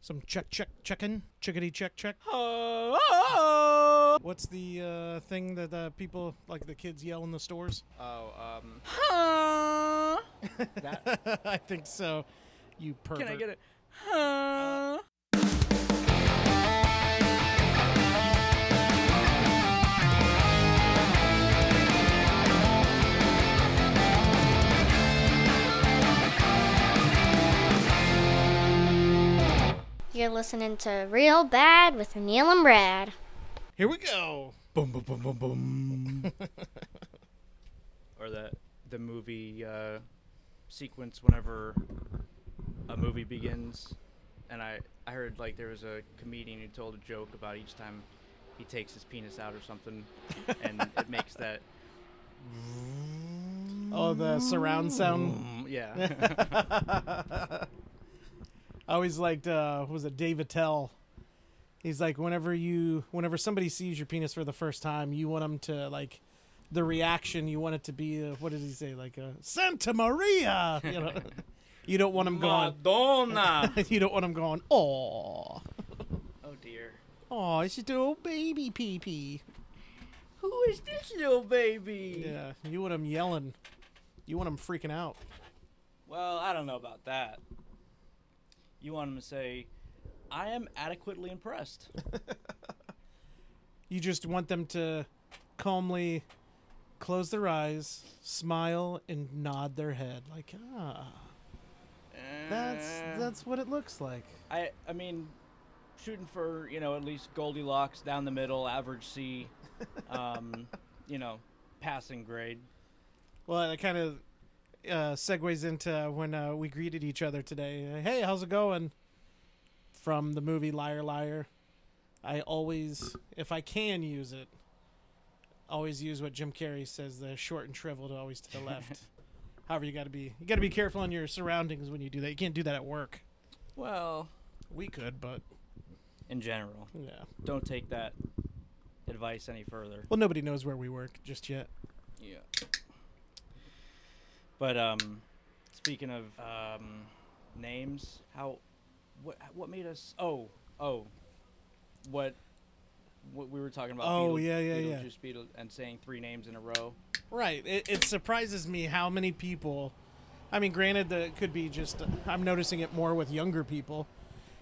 Some check, check, checking, chickadee, check, check. Oh, What's the uh, thing that uh, people like the kids yell in the stores? Oh, um, I think so. You pervert. can I get it? You're listening to Real Bad with Neil and Brad. Here we go. Boom, boom, boom, boom, boom. Or the the movie uh, sequence whenever a movie begins, and I I heard like there was a comedian who told a joke about each time he takes his penis out or something, and it makes that oh, the surround sound. mm, yeah. I always liked uh what was it Dave Attell. He's like whenever you whenever somebody sees your penis for the first time, you want them to like the reaction. You want it to be uh what did he say like a Santa Maria. You know, you don't want them going. Madonna. You don't want them going. Oh, oh dear. oh, it's just a little baby pee pee. Who is this little baby? Yeah, you want them yelling. You want them freaking out. Well, I don't know about that. You want him to say, "I am adequately impressed." You just want them to calmly close their eyes, smile, and nod their head like ah. That's that's what it looks like. I I mean, shooting for you know at least Goldilocks down the middle, average C, um, you know, passing grade. Well, that kind of uh, segues into when uh, we greeted each other today. Uh, Hey, how's it going? From the movie Liar Liar. I always, if I can use it, always use what Jim Carrey says: the short and shriveled, always to the left. However, you got to be you got to be careful on your surroundings when you do that. You can't do that at work. Well, We could, but in general, yeah. don't take that advice any further. Well, nobody knows where we work just yet. Yeah. But um, speaking of um, names, how, what, what made us? Oh, oh, what, what we were talking about? Oh, yeah, yeah, yeah. Beetlejuice Beetle and saying three names in a row. Right. It, it surprises me how many people. I mean, granted, that it could be just. I'm noticing it more with younger people.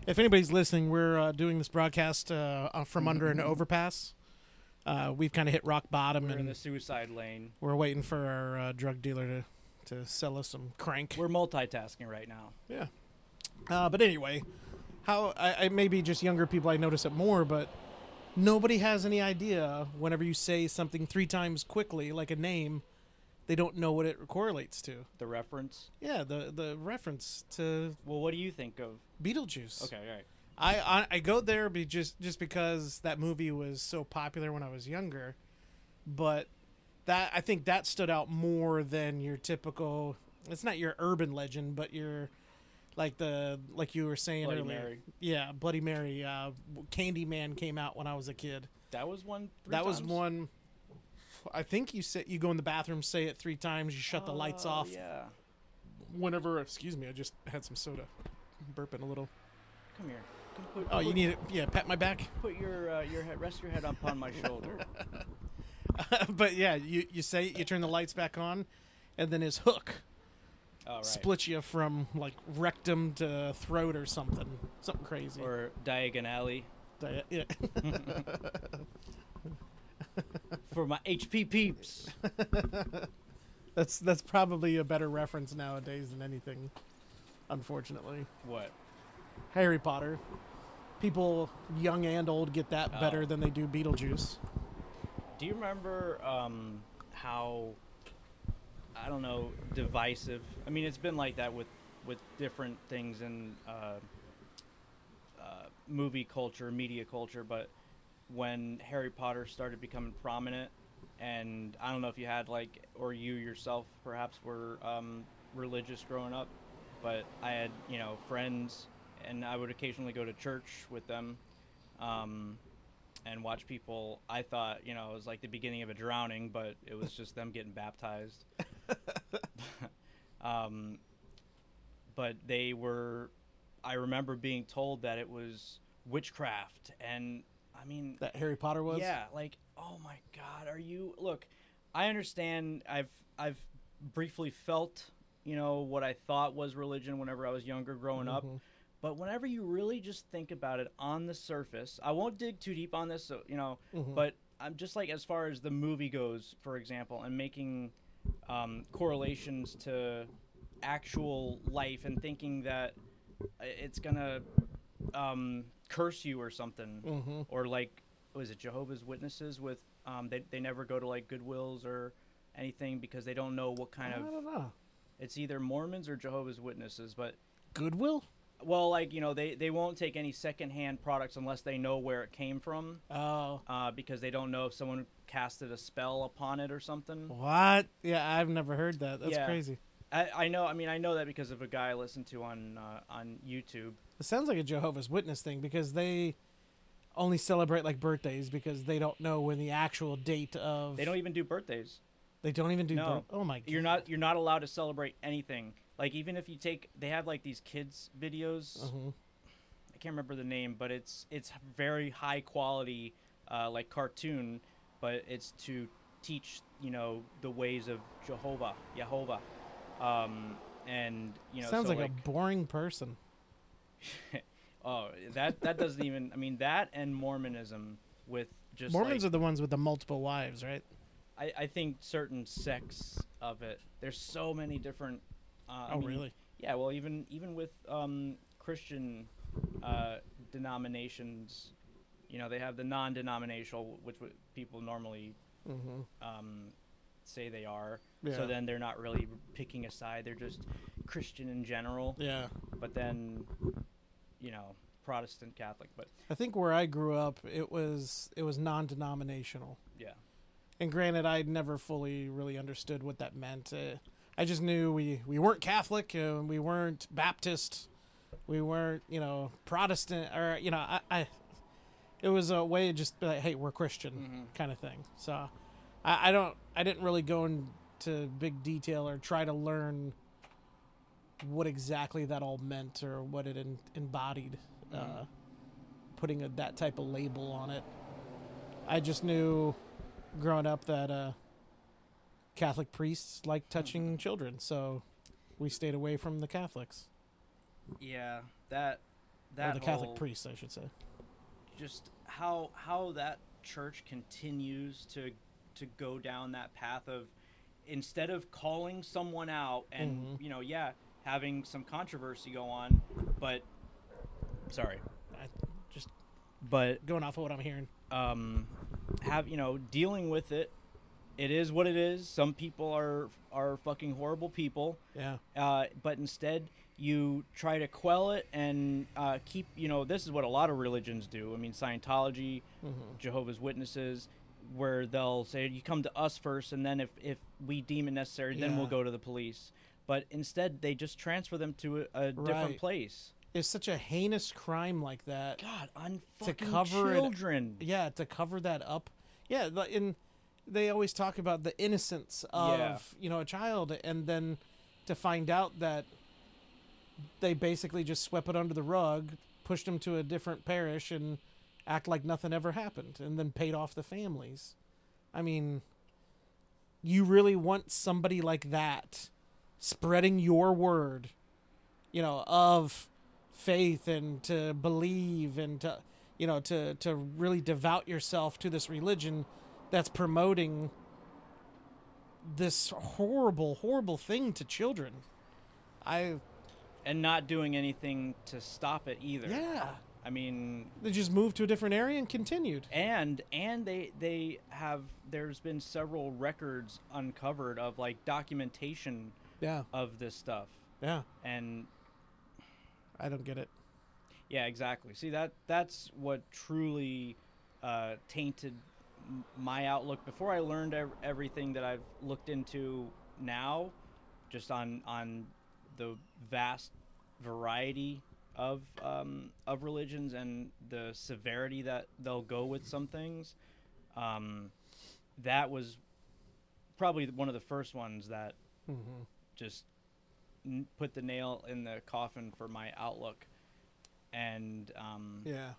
If anybody's listening, we're uh, doing this broadcast uh, uh, from under an overpass. Uh, we've kind of hit rock bottom, We're in and the suicide lane. we're waiting for our uh, drug dealer to, to sell us some crank. We're multitasking right now. Yeah. Uh, but anyway, how I, I maybe just younger people I notice it more, but nobody has any idea whenever you say something three times quickly, like a name, they don't know what it correlates to. The reference. Yeah, the the reference to Well, what do you think of? Beetlejuice. Okay, all right. I, I I go there be just just because that movie was so popular when I was younger, but that I think that stood out more than your typical. It's not your urban legend, but your like the like you were saying Bloody earlier. Mary. Yeah, Bloody Mary. Uh, Candyman came out when I was a kid. That was one. Three that was times? one. I think you sit. You go in the bathroom, say it three times. You shut the lights Oh, off. Yeah. Whenever, excuse me, I just had some soda. burping a little. Come here. Come put, Oh, you put- need it? Yeah, pat my back. put your uh, your head, rest your head up on my shoulder. but yeah, you, you say you turn the lights back on, and then his hook All right. splits you from like rectum to throat or something, something crazy. or Diagon Alley Di- yeah. for my HP peeps. that's that's probably a better reference nowadays than anything. Unfortunately, what? Harry Potter, people young and old get that better Oh. than they do Beetlejuice. Do you remember um, how I don't know divisive? I mean, it's been like that with with different things in uh, uh, movie culture, media culture. But when Harry Potter started becoming prominent, and I don't know if you had like or you yourself perhaps were um, religious growing up, but I had you know friends, and I would occasionally go to church with them. Um, and watch people. I thought, you know, it was like the beginning of a drowning, but it was just them getting baptized. um, but they were I remember being told that it was witchcraft, and I mean, that Harry Potter was. yeah, like oh my god, are you? Look, I understand. I've I've briefly felt you know what I thought was religion whenever I was younger growing up. But whenever you really just think about it on the surface, I won't dig too deep on this, so, you know. But I'm just like as far as the movie goes, for example, and making um, correlations to actual life and thinking that i- it's gonna um, curse you or something, Mm-hmm. or like was it Jehovah's Witnesses with um, they they never go to like Goodwills or anything because they don't know what I kind don't of know. it's either Mormons or Jehovah's Witnesses, but Goodwill. well, like you know they they won't take any secondhand products unless they know where it came from Oh, uh, because they don't know if someone casted a spell upon it or something. what? Yeah, I've never heard that. That's Yeah. crazy. I, I know. I mean, I know that because of a guy I listened to on uh, on YouTube. It sounds like a Jehovah's Witness thing because they only celebrate like birthdays because they don't know when the actual date of They don't even do birthdays. they don't even do No. birth- oh my god You're not you're not allowed to celebrate anything. Like even if you take, they have like these kids videos. Mhm. I can't remember the name, but it's it's very high quality, uh, like cartoon, but it's to teach you know the ways of Jehovah, Jehovah, um, and you know sounds so, like, a boring person Oh, that that doesn't even. I mean, that and Mormonism with just Mormons like, are the ones with the multiple wives right I, I think certain sects of it. There's so many different. Uh, I oh mean, really Yeah. Well, even even with um, Christian uh, denominations, you know, they have the non-denominational, which would- people normally mm-hmm. um, say they are. Yeah. So then they're not really picking a side. They're just Christian in general. yeah But then, you know, Protestant, Catholic. But I think where I grew up it was it was non-denominational yeah. and granted i never fully really understood what that meant uh, i just knew we, we weren't catholic uh, we weren't baptist we weren't you know protestant or you know i, I it was a way of just be like hey we're christian kind of thing so I, I don't i didn't really go into big detail or try to learn what exactly that all meant or what it en- embodied uh, putting a, that type of label on it i just knew growing up that uh, Catholic priests like Mm-hmm. touching children, so we stayed away from the Catholics Yeah, that or that the Catholic whole- priests, I should say. Just how how that church continues to to go down that path of instead of calling someone out and you know yeah having some controversy go on, but sorry, I, just but going off of what I'm hearing. um, have you know dealing with it. It is what it is. Some people are are fucking horrible people. Yeah, uh, but instead you try to quell it and uh, keep you know this is what a lot of religions do i mean scientology Mm-hmm. jehovah's witnesses where they'll say you come to us first and then if, if we deem it necessary then we'll Yeah. go to the police but instead they just transfer them to a, a different Right. place it's such a heinous crime like that. god unfucking cover it- children Yeah, to cover that up. Yeah, the- and they always talk about the innocence of Yeah. you know a child, and then to find out that they basically just swept it under the rug, pushed them to a different parish, and act like nothing ever happened, and then paid off the families. I mean, you really want somebody like that spreading your word, you know, of faith and to believe and to, you know, to, to really devout yourself to this religion that's promoting this horrible, horrible thing to children. I, and not doing anything to stop it either yeah. i mean They just moved to a different area and continued. and and they they have there's been several records uncovered of like documentation Yeah. of this stuff Yeah. and I don't get it. yeah exactly see that that's what truly uh, tainted m- my outlook before i learned ev- everything that i've looked into now just on on the vast variety of um, of religions and the severity that they'll go with some things um, that was probably one of the first ones that Mm-hmm. just n- put the nail in the coffin for my outlook and um, Yeah.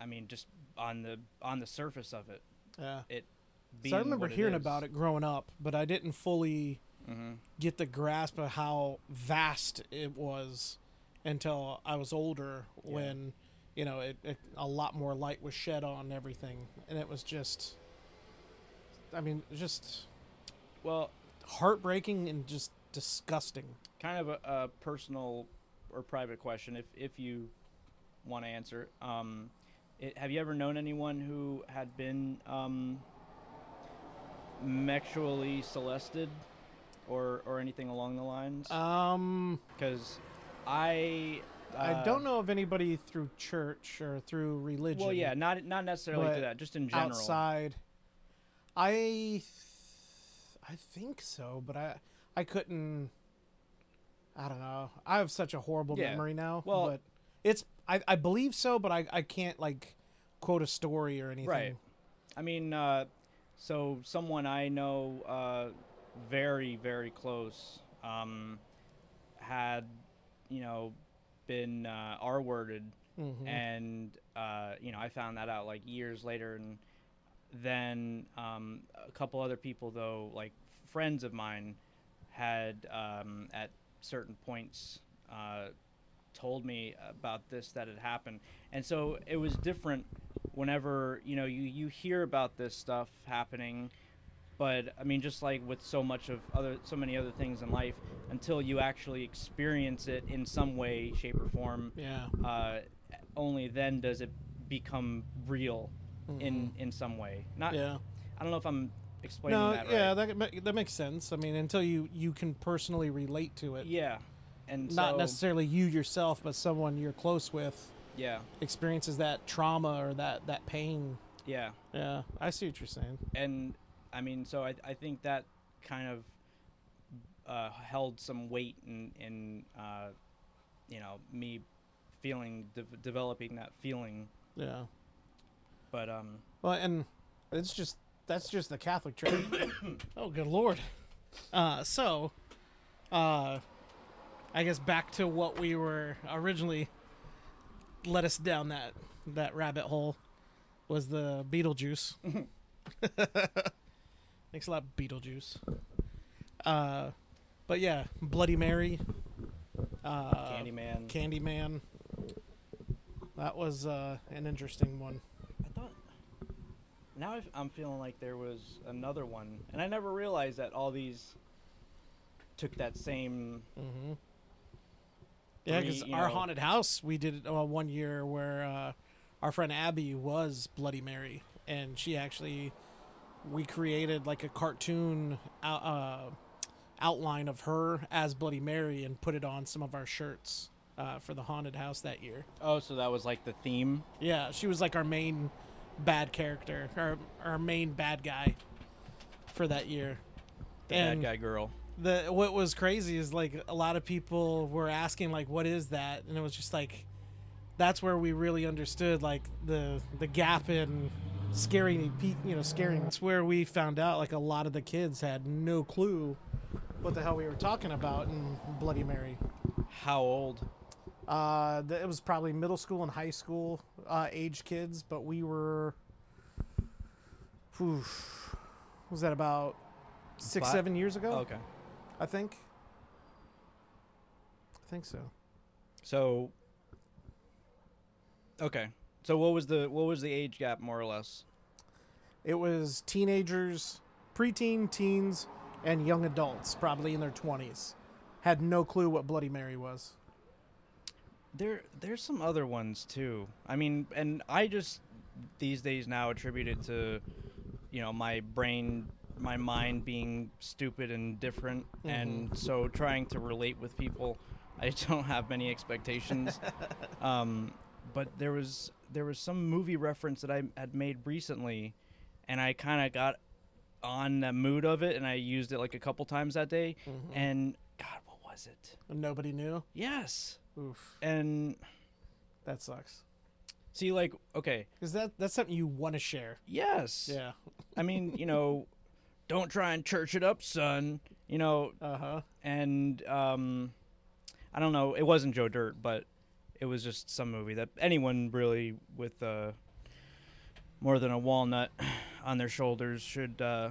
I mean, just on the on the surface of it, Yeah. it. So I remember hearing about it growing up, but I didn't fully Mm-hmm. get the grasp of how vast it was until I was older Yeah. when you know it, it a lot more light was shed on everything and it was just I mean just Well, heartbreaking and just disgusting. kind of a, a personal or private question, if if you want to answer. Um, it, have you ever known anyone who had been um, sexually solested, or or anything along the lines? Um Because I I uh, don't know of anybody through church or through religion Well, yeah, not not necessarily but to that, just in general. outside. I th- I think so, but I I couldn't I don't know. I have such a horrible Yeah. memory now. Well- but it's I, I believe so, but I, I can't like quote a story or anything. Right. I mean, uh, so someone I know uh, very, very close um, had, you know, been uh, R worded. Mhm. And, uh, you know, I found that out like years later. And then um, a couple other people, though, like friends of mine, had um, at certain points uh, told me about this that had happened and so it was different whenever you know you you hear about this stuff happening but i mean just like with so much of other so many other things in life until you actually experience it in some way shape or form Yeah. uh, only then does it become real in in some way not Mm-hmm. Yeah. i don't know if i'm explaining No, that right yeah, that ma- that makes sense. I mean, until you you can personally relate to it. yeah and Not so, necessarily you yourself, but someone you're close with yeah experiences that trauma or that that pain. yeah Yeah, I see what you're saying. and I mean, so I, I think that kind of uh, held some weight in, in uh, you know, me feeling de- developing that feeling. Yeah. But um, Well, and it's just that's just the Catholic Church. oh, good lord. Uh, so, uh, I guess back to what we were originally led us down that that rabbit hole was the Beetlejuice. Thanks a lot, Beetlejuice. Uh, but yeah, Bloody Mary. Uh, Candyman. Candyman. That was uh, an interesting one. I thought now I've- I'm feeling like there was another one, and I never realized that all these took that same. Mm-hmm. Yeah, Three, because you our know- haunted house, we did uh, one year where uh, our friend Abby was Bloody Mary, and she actually we created like a cartoon out, uh, outline of her as Bloody Mary and put it on some of our shirts uh, for the haunted house that year. Oh, so that was like the theme. Yeah, she was like our main bad character, our our main bad guy for that year. The And- bad guy girl. the what was crazy is like a lot of people were asking like what is that and it was just like that's where we really understood like the the gap in scaring pe- you know scaring it's where we found out like a lot of the kids had no clue what the hell we were talking about in bloody mary How old? uh th- it was probably middle school and high school uh age kids but we were whew, was that about six Fi- seven years ago okay. I think. I think so. So Okay. So what was the what was the age gap more or less? It was teenagers, preteen, teens, and young adults, probably in their twenties, had no clue what Bloody Mary was. There there's some other ones too. I mean, and I just these days now attribute it to you know, my brain my mind being stupid and different and so trying to relate with people. I don't have many expectations. um, but there was there was some movie reference that I had made recently, and I kind of got on the mood of it, and I used it like a couple times that day. And God, what was it? And nobody knew. Yes. Oof, And that sucks. see, like, okay, Cause that that's something you want to share. yes. Yeah. I mean, you know, don't try and church it up, son. You know, Uh huh. and um, I don't know. It wasn't Joe Dirt, but It was just some movie that anyone really with uh, more than a walnut on their shoulders should uh,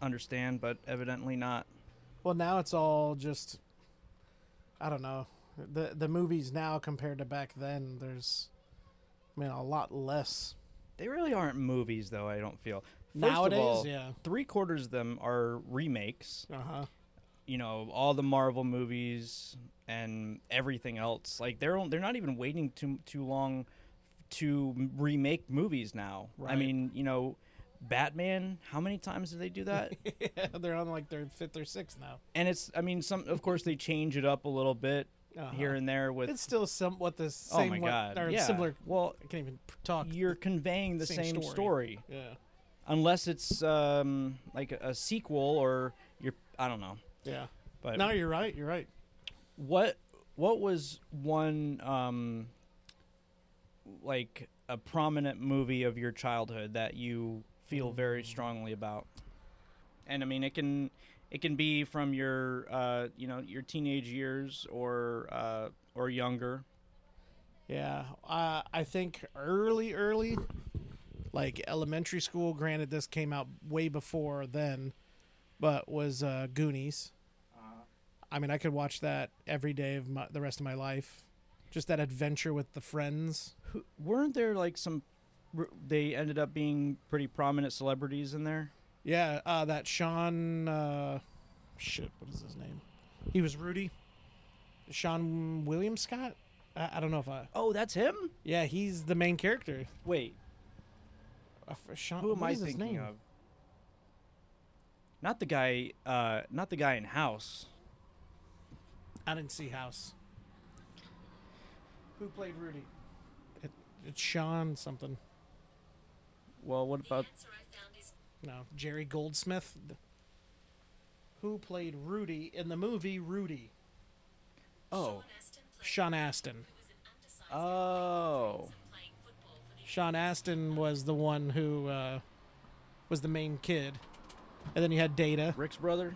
understand, but evidently not. Well, now it's all just I don't know. The the movies now compared to back then, there's I mean a lot less They really aren't movies, though. I don't feel. First nowadays, of all, yeah. three quarters of them are remakes. Uh-huh. you know all the Marvel movies and everything else. Like they're on- they're not even waiting too too long to m- remake movies now. I Right. mean, you know, Batman. How many times did they do that? They're on like their fifth or sixth now. and it's I mean, some of course they change it up a little bit Uh-huh. here and there with. It's still somewhat the oh same my what- god! or yeah. similar Well, I can't even pr- talk. you're conveying the Same same, story. story. Yeah. unless it's um, like a, a sequel or you're I don't know. Yeah. But No, you're right. You're right. what what was one um like a prominent movie of your childhood that you feel very Mm. strongly about and i mean it can it can be from your uh you know your teenage years or uh or younger Yeah, uh, I think early, early, like elementary school. Granted, this came out way before then, but was uh, Goonies. I mean, I could watch that every day of my, the rest of my life. Just that adventure with the friends. Who, weren't there like some r- they ended up being pretty prominent celebrities in there Yeah, uh, that Sean. Uh, shit, what is his name? He was Rudy. Sean William Scott. I, I don't know if I. oh that's him Yeah, he's the main character. wait Uh, for Sean, who am what i is his thinking name? of not the guy uh not the guy in house I didn't see House. Who played Rudy? It, it's Sean something. Well, what about No, Jerry Goldsmith. Who played Rudy in the movie Rudy? oh Sean Astin. oh Sean Astin was the one who uh, was the main kid. And then you had Data. Rick's brother?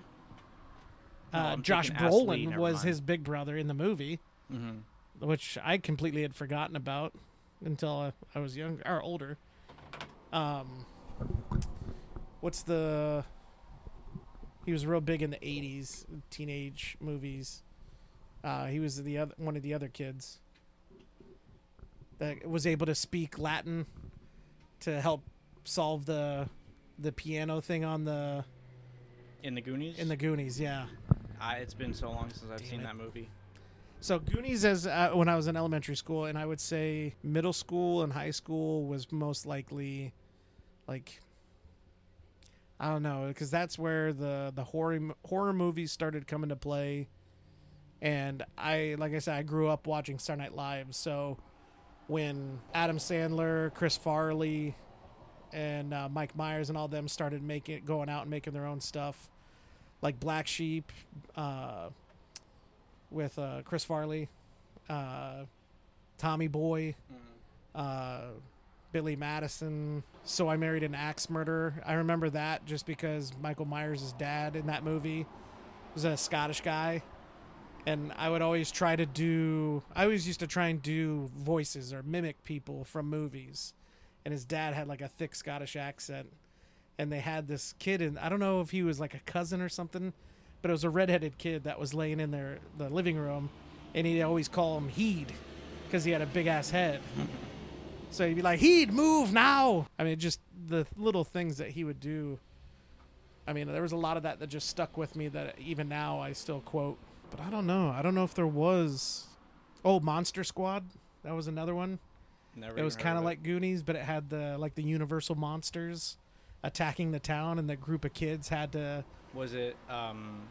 No, Uh, I'm Josh thinking Astley, Brolin never was mind. Mm-hmm. his big brother in the movie, which I completely had forgotten about until I, I was younger or older. Um, what's the? He was real big in the '80s teenage movies. Uh, he was the other one of the other kids that was able to speak Latin to help solve the the piano thing on the in the Goonies. in the Goonies. Yeah. I, it's been so long since I've Damn seen it. that movie. So Goonies as uh, when I was in elementary school, and I would say middle school and high school was most likely, like, I don't know, because that's where the the horror m- horror movies started coming to play, and I like I said I grew up watching Saturday Night Live, so when Adam Sandler, Chris Farley, and uh, Mike Myers and all them started making going out and making their own stuff, like Black Sheep. Uh, with uh, Chris Farley, uh, Tommy Boy, uh, Billy Madison. So I Married an Axe Murderer. I remember that just because Michael Myers' dad in that movie was a Scottish guy. And I would always try to do, I always used to try and do voices or mimic people from movies. And his dad had like a thick Scottish accent. And they had this kid, and I don't know if he was like a cousin or something, but it was a redheaded kid that was laying in their the living room, and he'd always call him Heed, because he had a big ass head. so he'd be like, "Heed, move now!" I mean, just the little things that he would do. I mean, there was a lot of that that just stuck with me that even now I still quote. But I don't know. I don't know if there was. Oh, Monster Squad. That was another one. Never. It even was heard kind of it. like Goonies, but it had the like the Universal monsters attacking the town, and the group of kids had to Was it? Um,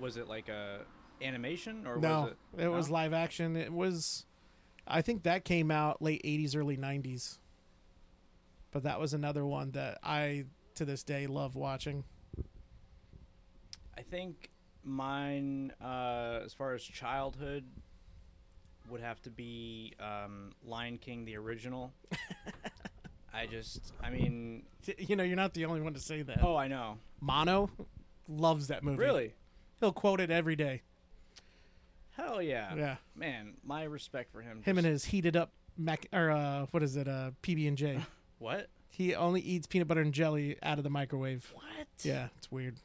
was it like a animation or no, was it? was no? live action. It was, I think that came out late '80s, early '90s. But that was another one that I, to this day, love watching. I think mine, uh, as far as childhood, would have to be um, Lion King the original. I just, I mean, You know, you're not the only one to say that. oh, I know. Mono loves that movie. Really? he'll quote it every day. Hell yeah. Yeah. Man, my respect for him. Him and his just- heated up mac or uh, what is it? Uh, PB and J. What? He only eats peanut butter and jelly out of the microwave. What? Yeah, it's weird.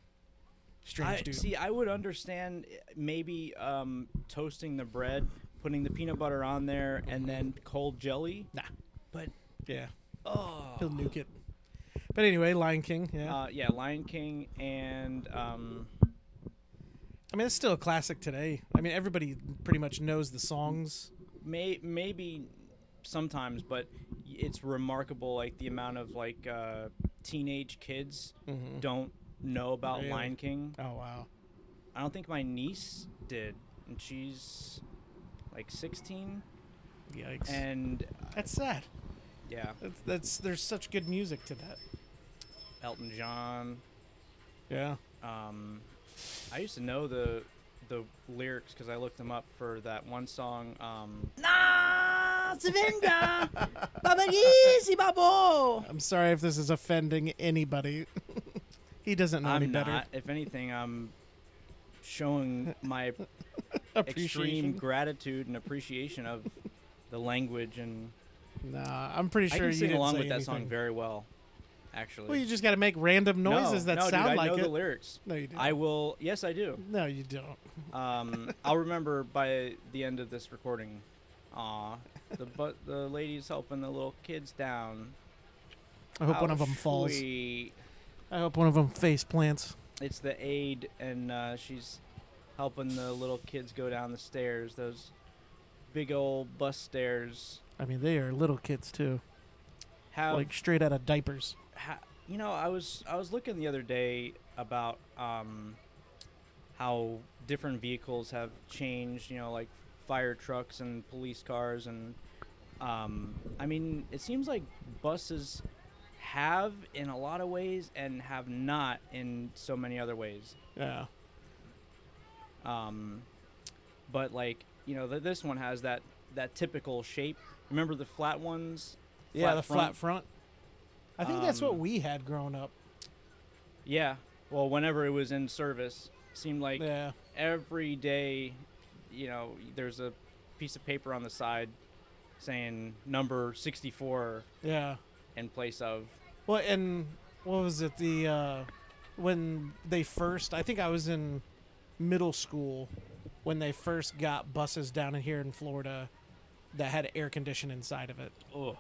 Strange I, dude. see, I would understand eh, maybe um, toasting the bread, putting the peanut butter on there, and then cold jelly. nah. But Yeah, oh, he'll nuke it. But anyway, Lion King. Yeah, uh, yeah, Lion King and um, I mean it's still a classic today. I mean everybody pretty much knows the songs. may maybe sometimes, but it's remarkable like the amount of like uh, teenage kids don't know about Really? Lion King. Oh wow. I don't think my niece did, and she's like 16, Yikes. and that's sad. yeah, That's, that's there's such good music to that. Elton John. Yeah. um, I used to know the the lyrics because I looked them up for that one song. Um, nah, se venga, baba easy, babo. I'm sorry if this is offending anybody. he doesn't know any I'm better. not. If anything, I'm showing my extreme Appreciation. gratitude and appreciation of the language, and Nah, I'm pretty I sure can you sing didn't along say with that song anything. very well. Actually, Well, you just got to make random No, noises that no, dude, sound I like know it. the lyrics. no, you don't. I will. Yes, I do. no, you don't. Um, I'll remember by the end of this recording. Aw, the but the lady's helping the little kids down. I hope one How of them falls. sweet. I hope one of them face plants. It's the aide, and uh, she's helping the little kids go down the stairs. Those big old bus stairs. I mean, they are little kids too, Have like straight out of diapers. ha- you know? I was I was looking the other day about um, how different vehicles have changed. You know, like fire trucks and police cars and um, I mean, it seems like buses have in a lot of ways and have not in so many other ways. Yeah. Um, but like you know, th- this one has that that typical shape. Remember the flat ones? Yeah, the flat front? front. I think that's what Um, we had growing up. Yeah. Well, whenever it was in service, seemed like yeah. every day, you know, there's a piece of paper on the side saying number 64 Yeah. in place of. Well, and what was it? The uh, when they first, I think I was in middle school when they first got buses down in here in Florida that had air conditioning inside of it. Oh.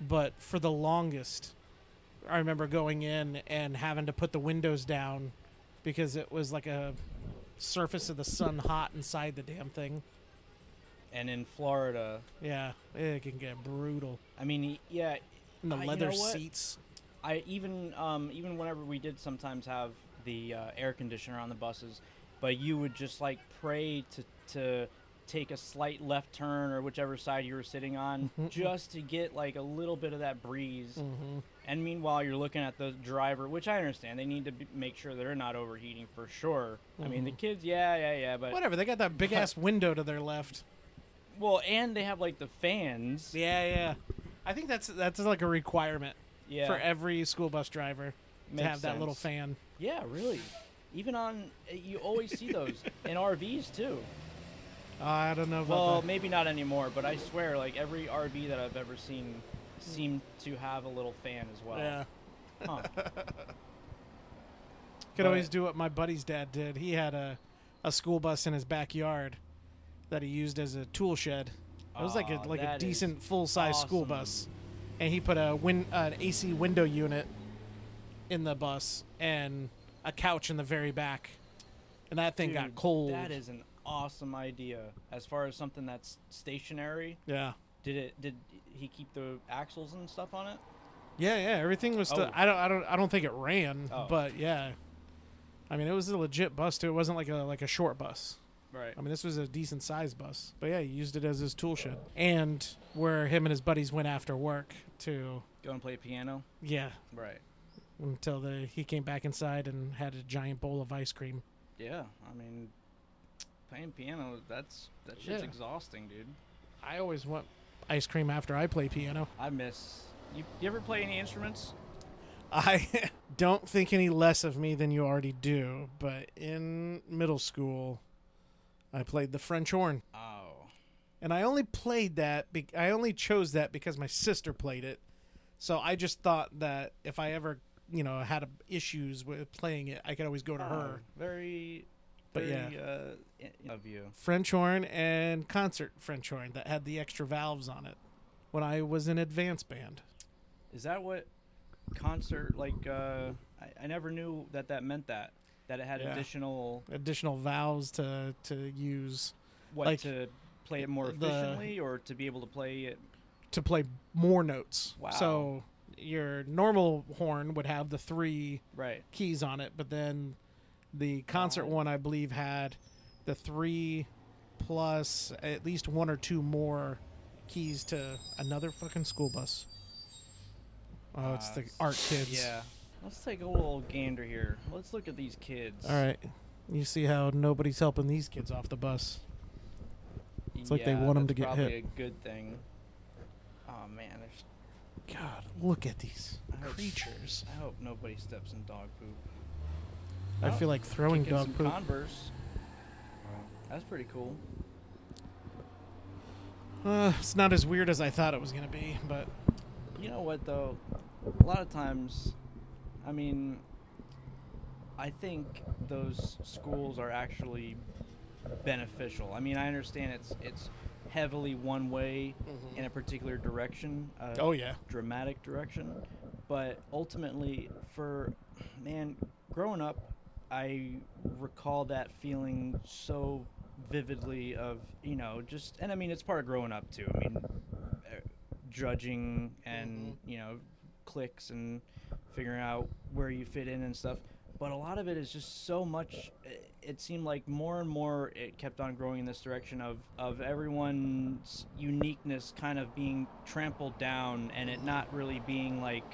But for the longest, I remember going in and having to put the windows down because it was like a surface of the sun hot inside the damn thing. And in Florida, Yeah, it can get brutal. I mean, y- yeah, And the Uh, you leather know what? seats. I even um, even whenever we did sometimes have the uh, air conditioner on the buses, but you would just like pray to to take a slight left turn or whichever side you were sitting on just to get like a little bit of that breeze. Mm-hmm. And meanwhile, you're looking at the driver, which I understand they need to b- make sure they're not overheating for sure. I mean, the Mm-hmm. kids, yeah, yeah, yeah, but Whatever, they got that big ass window to their left. well, and they have like the fans. Yeah, yeah. I think that's that's like a requirement Yeah, for e every school bus driver to makes have that little sense. fan. Yeah, really. Even on, eh, you always see those in RVs too. I don't know about Well, that. maybe not anymore, but I swear, like every RV that I've ever seen seemed to have a little fan as well. Yeah. Huh. Could always but- do what my buddy's dad did. He had a, a school bus in his backyard that he used as a tool shed. It was like a Aw, like a that is decent full size school awesome. bus, and he put a win uh, an AC window unit in the bus and a couch in the very back, and that thing got Dude, cold. That is an awesome idea. As far as something that's stationary, yeah. did it? Did he keep the axles and stuff on it? Yeah, yeah, everything was still. Oh. I don't, I don't, I don't think it ran, Oh. but yeah, I mean, it was a legit bus too. It wasn't like a like a short bus. Right. I mean, this was a decent sized bus, but yeah, he used it as his tool shed, and where him and his buddies went after work to Go and play piano. yeah Right. until the he came back inside and had a giant bowl of ice cream. Yeah. I mean, playing piano. That's that shit's Yeah. exhausting, dude. I always want ice cream after I play piano. I miss. You, you ever play any instruments? I don't think any less of me than you already do, but in middle school, I played the French horn. Oh. And I only played that, be- I only chose that because my sister played it. So I just thought that if I ever, you know, had a- issues with playing it, I could always go to her. Oh, very, But very yeah. uh, in- of you. French horn and concert French horn that had the extra valves on it when I was in advanced band. Is that what concert like? Uh, I, I never knew that that meant that that it had Yeah. additional Additional valves to, to use what Like, to play it more the- efficiently or to be able to play it. to play more notes. Wow. So your normal horn would have the three Right. keys on it, but then the Oh. concert one, I believe, had the three plus at least one or two more keys to another fucking school bus. Oh, it's Uh, the art kids. Yeah. Let's take a little gander here. Let's look at these kids. All right. You see how nobody's helping these kids off the bus. It's like they Yeah, want 'em that's to get hit. probably A good thing. Oh man, there's God, look at these I hope- creatures. I hope nobody steps in dog poop. I Oh, feel like throwing Kicking dog some poop. Converse. That's pretty cool. Uh, it's not as weird as I thought it was going to be, but You know what though? A lot of times, I mean, I think those schools are actually beneficial. I mean, I understand it's it's heavily one way in a particular direction. Uh, oh yeah. dramatic direction. But ultimately, for man, growing up, I recall that feeling so vividly of, you know, just, and I mean, it's part of growing up too. I mean, uh, judging and, you know, clicks and figuring out where you fit in and stuff. But a lot of it is just so much. It, it seemed like more and more it kept on growing in this direction of of everyone's uniqueness kind of being trampled down and it not really being like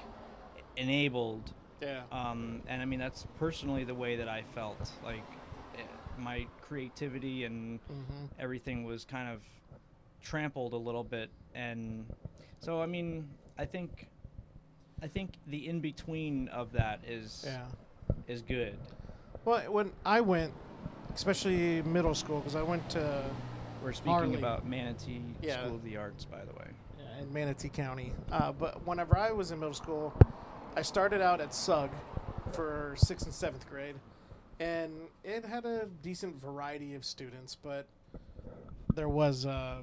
enabled. Yeah. Um, and I mean that's personally the way that I felt. Like eh, my creativity and Mm-hmm. everything was kind of trampled a little bit and so i mean i think i think the in between of that is Yeah. is good Well, when I went, especially middle school, because I went to we're speaking Marley. about manatee Yeah. school of the arts by the way uh, in Manatee County. Uh, but whenever I was in middle school, I started out at SUG for sixth and seventh grade, and it had a decent variety of students, but there was uh,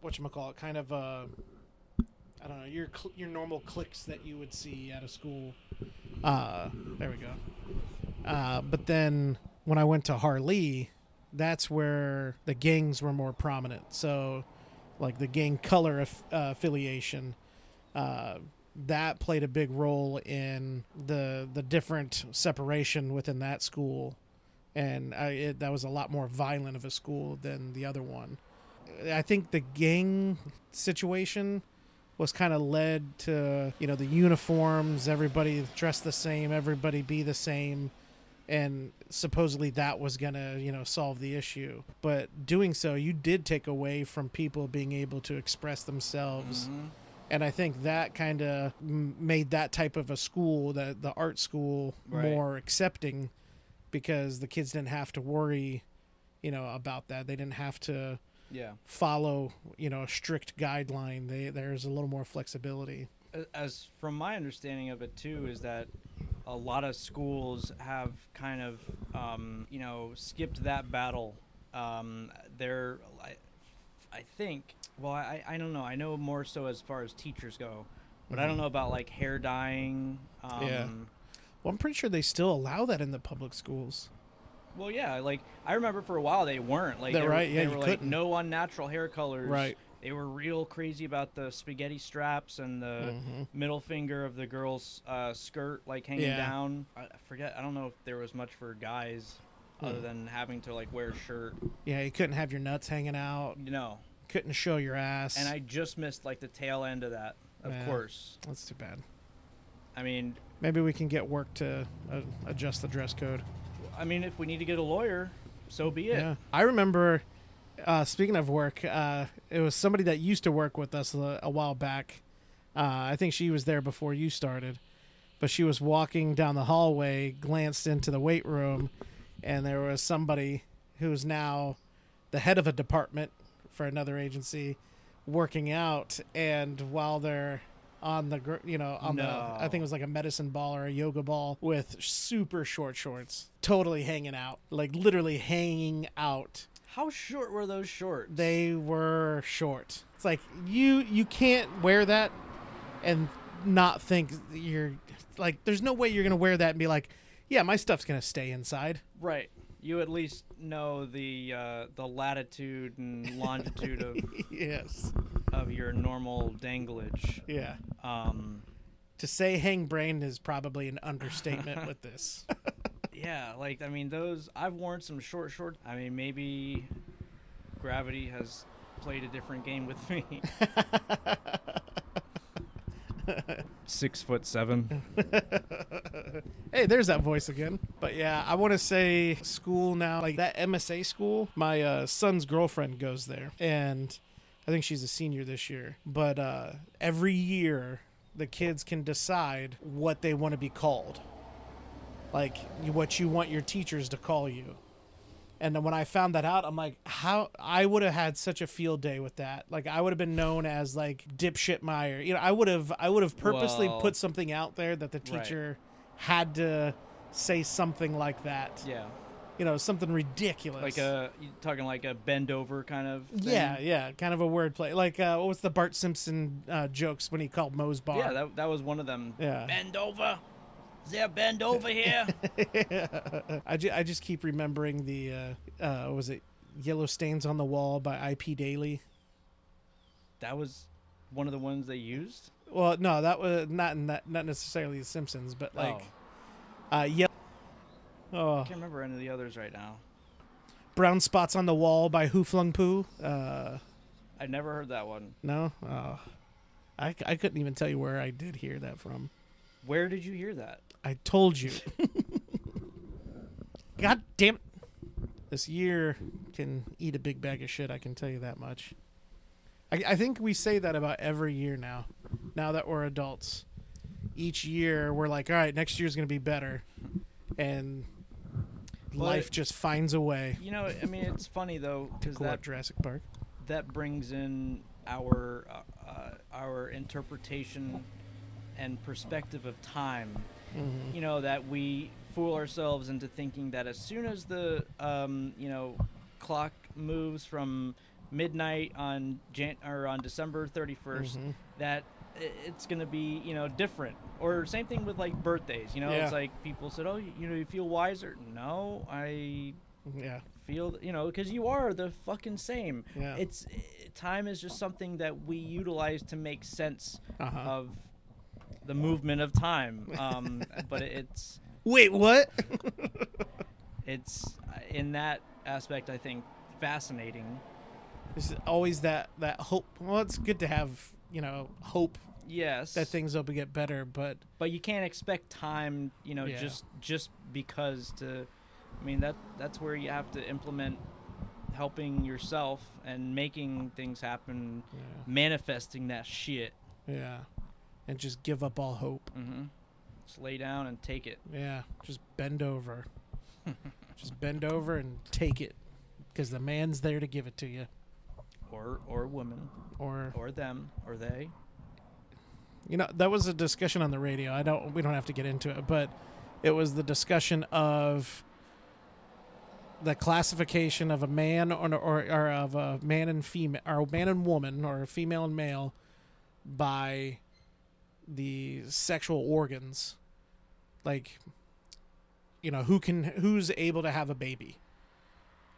what you call it, kind of uh, I don't know your cl- your normal cliques that you would see at a school. Uh, there we go. Uh, but then when I went to Harlee, that's where the gangs were more prominent. So, like the gang color aff- uh, affiliation, uh, that played a big role in the the different separation within that school, and I, it, that was a lot more violent of a school than the other one. I think the gang situation was kind of led to you know the uniforms, everybody dressed the same, everybody be the same, and supposedly that was gonna you know solve the issue. But doing so, you did take away from people being able to express themselves, and I think that kind of made that type of a school, the the art school, Right. more accepting because the kids didn't have to worry, you know, about that. They didn't have to yeah follow you know a strict guideline they there's a little more flexibility A- as from my understanding of it too is that a lot of schools have kind of um, you know skipped that battle um, they're I, I think well I, I don't know i know more so as far as teachers go but i don't know about like hair dyeing um, Yeah. well i'm pretty sure they still allow that in the public schools Well, yeah, like I remember for a while they weren't like They're they were, right, yeah, they you were like couldn't. no unnatural hair colors. Right. They were real crazy about the spaghetti straps and the middle finger of the girl's uh, skirt like hanging Mm-hmm. Yeah. down. I I forget. I don't know if there was much for guys Hmm. other than having to like wear a shirt. yeah you couldn't have your nuts hanging out You know. couldn't show your ass And I just missed like the tail end of that. Of Yeah. course. that's too bad I mean, maybe we can get work to uh, adjust the dress code I mean, if we need to get a lawyer, so be it. yeah i remember uh, speaking of work uh, it was somebody that used to work with us a, a while back uh, i think she was there before you started but she was walking down the hallway glanced into the weight room and there was somebody who's now the head of a department for another agency, working out, and while they're on the gr- you know on No. the I think it was like a medicine ball or a yoga ball with super short shorts, totally hanging out, like literally hanging out. How short were those shorts? They were short. It's like you you can't wear that and not think that you're like there's no way you're gonna wear that and be like, yeah, my stuff's gonna stay inside. right. You at least know the uh, the latitude and longitude of, yes. of your normal danglage. Yeah. Um, To say hang brain is probably an understatement with this. yeah, like I mean, those I've worn some short shorts. I mean, maybe gravity has played a different game with me. Six foot seven. hey, there's that voice again. But yeah, I want to say school now, like that MSA school, my uh, son's girlfriend goes there. And I think she's a senior this year. But uh, every year, the kids can decide what they want to be called. Like you- what you want your teachers to call you. And then when I found that out, I'm like, how I would have had such a field day with that. Like I would have been known as like dipshit Meyer. You know, I would have I would have purposely Well- put something out there that the Right. teacher had to say something like that. Yeah, You know, something ridiculous. like a you talking like a bend over kind of. thing? yeah, yeah, kind of a wordplay. Like uh, what was the Bart Simpson uh, jokes when he called Moe's bar? Yeah, that, that was one of them. Yeah. Bend over. Is there a bend over here? I, ju- I just keep remembering the uh, uh, what was it Yellow Stains on the Wall by IP Daily. that was one of the ones they used. Well, no, that was not in that, not necessarily the Simpsons, but Oh. like uh, yellow. Oh, I can't remember any of the others right now. brown spots on the wall by Who Flung Poo. Uh, I never heard that one. no, oh, I I couldn't even tell you where I did hear that from. Where did you hear that? I told you. God damn it. This year can eat a big bag of shit, I can tell you that much. I, I think we say that about every year now, now that we're adults. Each year, we're like, all right, next year's going to be better. And life it- just finds a way You know, I mean, it's funny though to because go out that Jurassic Park. that brings in our uh, uh, our interpretation and perspective of time. You know that we fool ourselves into thinking that as soon as the um, you know clock moves from midnight on Jan- or on December 31st that i- it's going to be, you know, different. Or same thing with like birthdays, you know, Yeah. it's like people said, "Oh, you you know, you feel wiser." No, I Yeah. feel you know because you are the fucking same Yeah. it's eh, time is just something that we utilize to make sense Uh-huh. of the movement of time um, but it's Wait, what? it's uh, in that aspect i think fascinating There's always that, that hope. Well, it's good to have, you know, hope yes that things will get better, but but you can't expect time you know Yeah. just just because to i mean that that's where you have to implement helping yourself and making things happen Yeah. manifesting that shit Yeah. And just give up all hope. Mm-hmm. Just lay down and take it. Yeah. Just bend over. just bend over and take it because the man's there to give it to you. Or or woman. Or Or them. Or they. you know, that was a discussion on the radio. I don't we don't have to get into it, but it was the discussion of the classification of a man or or, or of a man and female or a man and woman or a female and male by the sexual organs. Like you know, who can who's able to have a baby?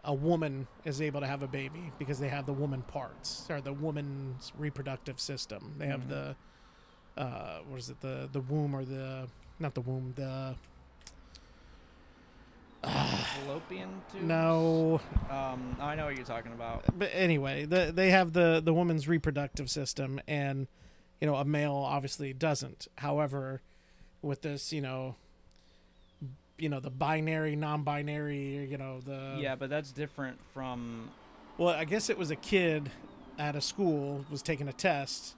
A woman is able to have a baby because they have the woman parts or the woman's reproductive system. They have the uh, what is it the the womb or the not the womb the Fallopian tubes? no Um, I know what you're talking about. but anyway the, they have the the woman's reproductive system and you know a male obviously doesn't however with this you know you know the binary non-binary you know the yeah, but that's different from. Well, I guess it was a kid at a school was taking a test,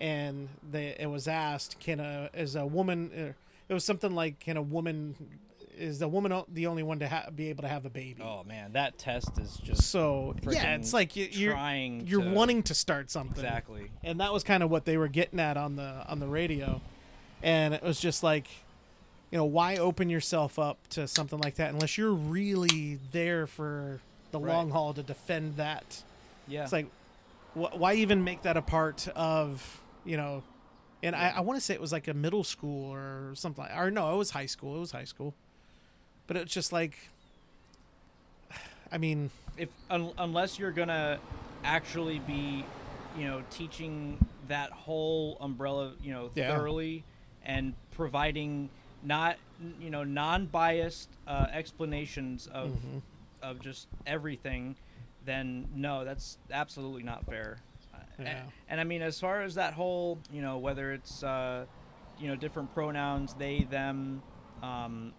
and they it was asked, "Can a is a woman?" er, It was something like, "Can a woman is the woman o- the only one to ha- be able to have a baby? Oh man, that test is just So yeah, Freaking it's like you, you're trying you're to- wanting to start something, exactly. and that was kind of what they were getting at on the on the radio, and it was just like, you know, why open yourself up to something like that unless you're really there for the Right. long haul to defend that. Yeah. It's like, wh- why even make that a part of you know? And I, I want to say it was like a middle school or something, like, or no, it was high school. It was high school, but it's just like, I mean, if un- unless you're gonna actually be, you know, teaching that whole umbrella, you know, Yeah. thoroughly and providing not you know non-biased uh, explanations of Mm-hmm. of just everything, then no, that's absolutely not fair. Uh, a- Yeah. And, I mean, as far as that whole, you know, whether it's uh, you know different pronouns, they, them. Um,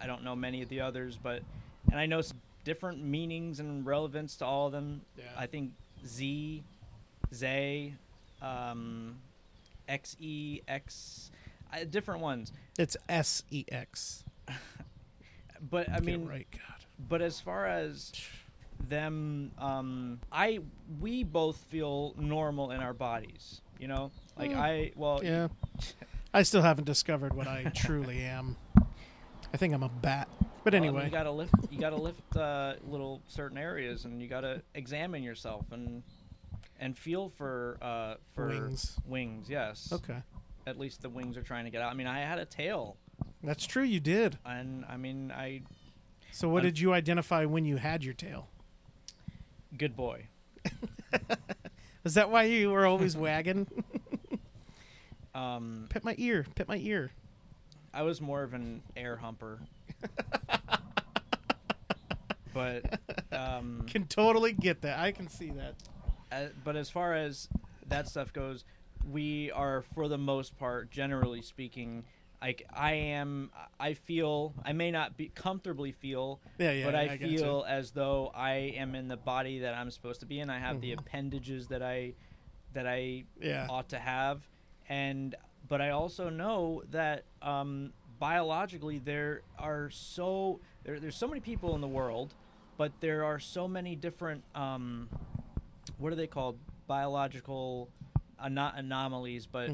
I don't know many of the others, but and I know some different meanings and relevance to all of them. Yeah. I think Z, Zay, um, XE, X, uh, different ones. it's S E X. But I mean, right, God, but as far as them, um, I we both feel normal in our bodies. You know, like I well yeah. I still haven't discovered what I truly am. I think I'm a bat. But Well, I mean, anyway, you gotta lift. You gotta lift uh, little certain areas, and you gotta examine yourself and and feel for uh, for Wings. Wings, yes. okay, At least the wings are trying to get out. I mean, I had a tail, that's true. You did. and I mean, I So, what I'm- did you identify when you had your tail? good boy. Is that why you were always wagging? Um, Pet my ear. Pet my ear. I was more of an air humper. but um, Can totally get that. I can see that. a- Uh, but as far as that stuff goes, we are for the most part, generally speaking, like I am. I feel I may not be comfortably feel, Yeah, yeah, but I, I gotcha. feel as though I am in the body that I'm supposed to be in. I have the appendages that I that I Mm-hmm. Yeah. ought to have, and but I also know that um, biologically there are so there, there's so many people in the world, but there are so many different um, what are they called biological uh, not anomalies but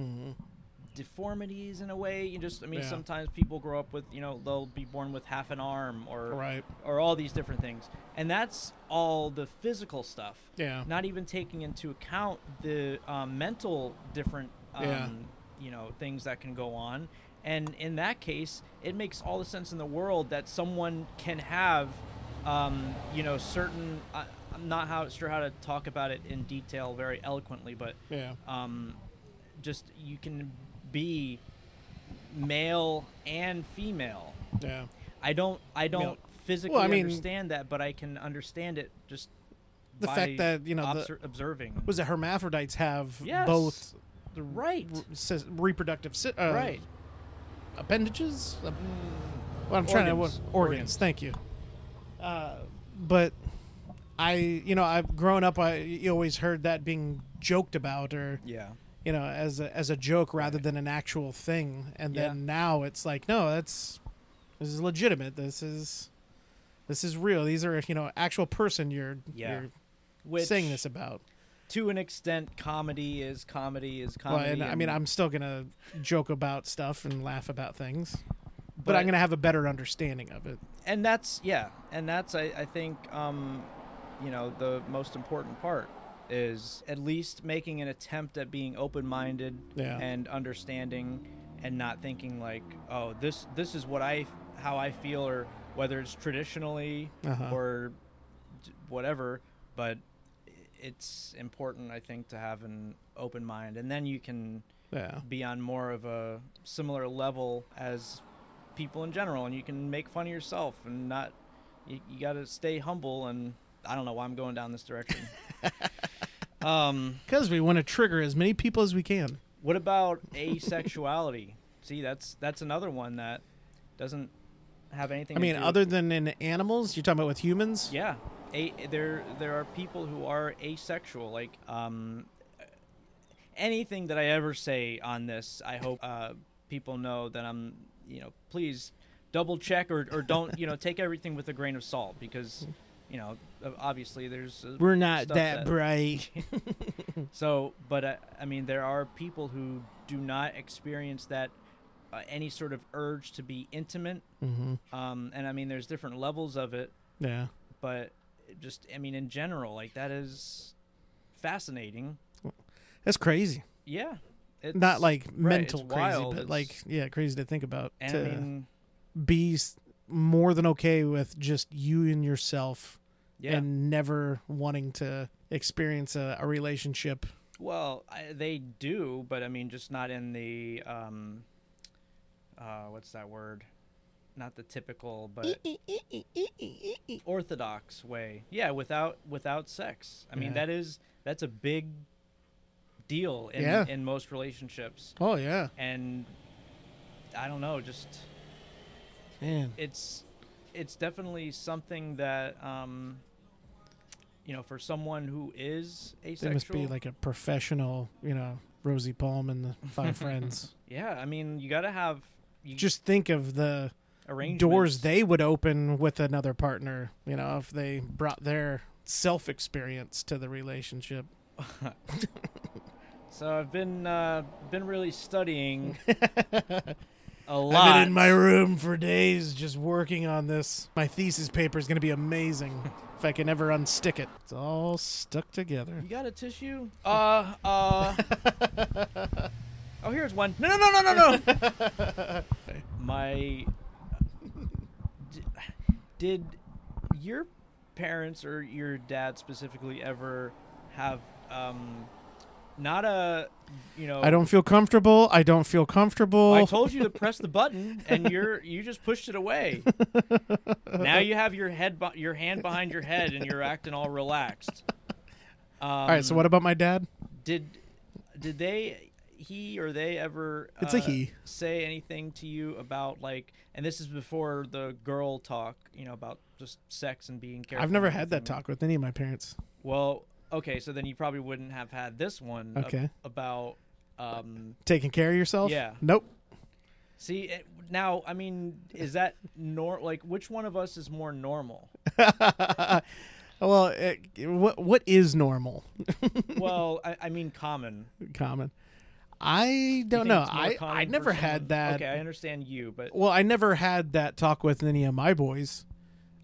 deformities in a way you just i mean Mm-hmm. Yeah. sometimes people grow up with you know they'll be born with half an arm or Right. or all these different things and that's all the physical stuff Yeah. not even taking into account the um, mental different um, Yeah. you know things that can go on and in that case it makes all the sense in the world that someone can have um, you know certain I, i'm not how, sure how to talk about it in detail very eloquently but Yeah. um, just you can be male and female Yeah. I don't I don't physically Well, I mean- understand that, but I can understand it just The by fact that, you know, the- obser- observing. Was it hermaphrodites have Yes. both the Right. re- sys- reproductive sy- uh, right. appendages? Uh, Well, I'm trying to organs. organs. Organs. organs. Thank you. Uh, but I, you know, I've grown up. I you always heard that being joked about, or Yeah. you know, as a, as a joke rather than an actual thing. And Yeah. then now it's like, no, that's this is legitimate. This is this is real. These are you know actual person you're Yeah. you're Which saying this about. to an extent comedy is comedy is Well, comedy. and, I mean, and- I'm still gonna joke about stuff and laugh about things, but, But- I'm gonna have a better understanding of it. and that's yeah, and that's I, I think um, you know, the most important part is at least making an attempt at being open minded Yeah. and understanding and not thinking like, oh, this this is what I how I feel or whether it's traditionally Uh-huh. or d- whatever, but i- it's important I think to have an open mind and then you can Yeah. be on more of a similar level as people in general and you can make fun of yourself and not you, you got to stay humble and i don't know why i'm going down this direction um Because we want to trigger as many people as we can. what about asexuality see that's that's another one that doesn't have anything I to mean, do- other than in animals, you're talking about with humans. yeah a, there there are people who are asexual like um anything that i ever say on this i hope uh people know that i'm you know please double check or, or don't you know take everything with a grain of salt because you know ob- obviously there's uh, We're not stuff that bright. so, but uh, I mean, there are people who do not experience that uh, any sort of urge to be intimate. mm-hmm. Um, and I mean, there's different levels of it, Yeah. but it just I mean, in general, like that is fascinating. That's crazy. Yeah, it's Not like right, it's mental crazy, wild, but it's- like yeah, crazy to think about. And to I mean, be s- more than okay with just you and yourself, yeah. and never wanting to experience a, a relationship. well, I, they do, but I mean, just not in the um, uh, what's that word? Not the typical, but orthodox way. Yeah, without without sex. I mean, Yeah. that is that's a big deal in Yeah. in most relationships. Oh yeah, And I don't know, just man. it's it's definitely something that um you know, for someone who is They asexual, must be like a professional, you know, Rosie Palm and the Five Friends. yeah, I mean, you got to have you Just think of the arrangements. doors they would open with another partner. You know, if they brought their self experience to the relationship. So I've been uh been really studying a lot. I've been in my room for days just working on this. My thesis paper is going to be amazing if I can ever unstick it. It's all stuck together. You got a tissue? Uh, uh. oh, here's one. No, no, no, no, no, no. My. uh, D- did your parents or your dad specifically ever have um, not a you know? I don't feel comfortable. I don't feel comfortable. I told you to press the button, and you're you just pushed it away. now you have your head, bu- your hand behind your head, and you're acting all relaxed. Um, all right, so what about my dad? did did they he or they ever It's a uh, he. say anything to you about like and this is before the girl talk you know about just sex and being careful I've never and had that everything. talk with any of my parents. well okay so then you probably wouldn't have had this one ab- Okay. about um Taking care of yourself? Yeah. Nope. see it, now i mean is that nor like which one of us is more normal well, it, what what is normal? well I, I mean common Common. I You don't think know. it's more I I common for never someone- had that. okay i understand you but well i never had that talk with any of my boys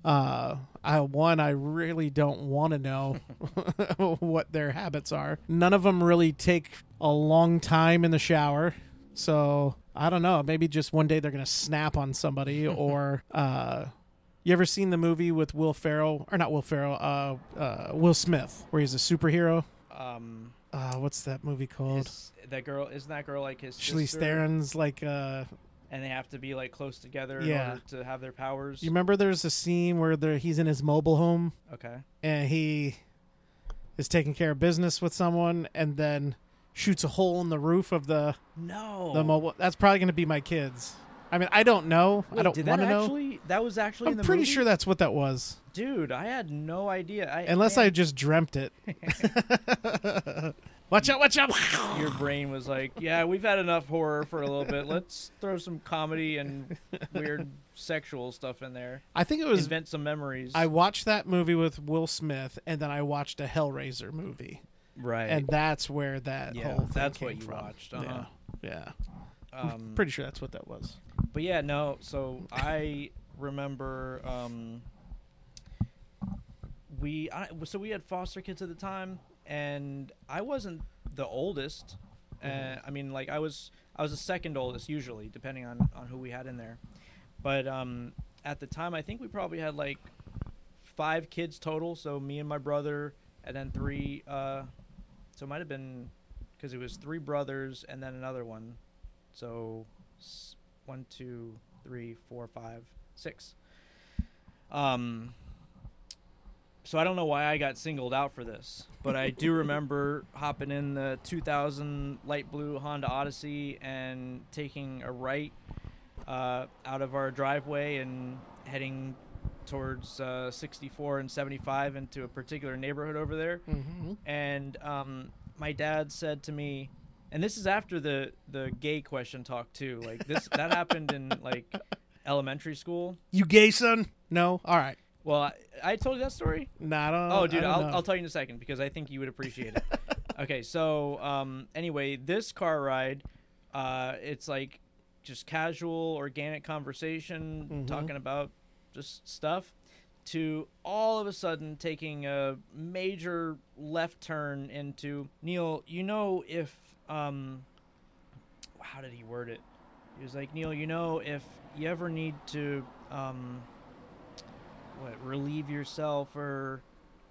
uh i one i really don't want to know what their habits are none of them really take a long time in the shower so i don't know maybe just one day they're gonna snap on somebody or uh you ever seen the movie with Will Ferrell or not Will Ferrell, uh, uh, Will Smith, where he's a superhero? um Uh, what's that movie called? his, that girl isn't that girl like his Charlize sister? Theron's like uh, and they have to be like close together Yeah. in order to have their powers. You remember there's a scene where there, he's in his mobile home okay. and he is taking care of business with someone and then shoots a hole in the roof of the, No. the mobile. That's probably going to be my kids. I mean, I don't know. I Wait, don't did want that to know. actually that was actually in I'm the pretty movie? sure that's what that was. dude, I had no idea. I, Unless I just dreamt it. watch out, watch out. your brain was like, yeah, we've had enough horror for a little bit. Let's throw some comedy and weird sexual stuff in there. I think it was. Invent some memories. I watched that movie with Will Smith and then I watched a Hellraiser movie. right. And that's where that Yeah, whole thing that's came what you from. watched, uh-huh. Yeah. Yeah. um, Pretty sure that's what that was. But yeah, no. So I remember um, we I, so we had foster kids at the time, and I wasn't the oldest. Uh, I mean, like I was I was the second oldest usually, depending on on who we had in there. But um, at the time, I think we probably had like five kids total. So me and my brother, and then three. Uh, so it might have been because it was three brothers and then another one. So s- one, two, three, four, five, six. Um. So I don't know why I got singled out for this, but I do remember hopping in the 2000 light blue Honda Odyssey and taking a right uh, out of our driveway and heading towards uh, 64 and 75 into a particular neighborhood over there Mm-hmm. and um, my dad said to me, and this is after the the gay question talk too. Like this, that happened in like elementary school. You gay son? No. All right. Well, I, I told you that story. No, I don't. Oh, dude, I I'll, don't know. I'll tell you in a second because I think you would appreciate it. okay, so um, anyway, this car ride, uh, it's like just casual, organic conversation, Mm-hmm. talking about just stuff, to all of a sudden taking a major left turn into Neil. You know if um, how did he word it? He was like, Neil, you know if you ever need to. Um, what relieve yourself or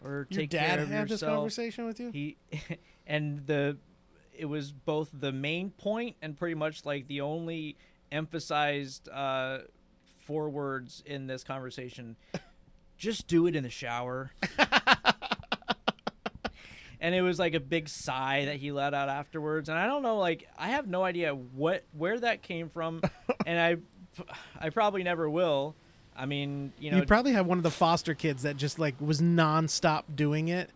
or Your take dad care of had yourself this conversation with you? he and the it was both the main point and pretty much like the only emphasized uh four words in this conversation just do it in the shower and it was like a big sigh that he let out afterwards and i don't know like i have no idea what where that came from and i i probably never will i mean you know you probably had one of the foster kids that just like was nonstop doing it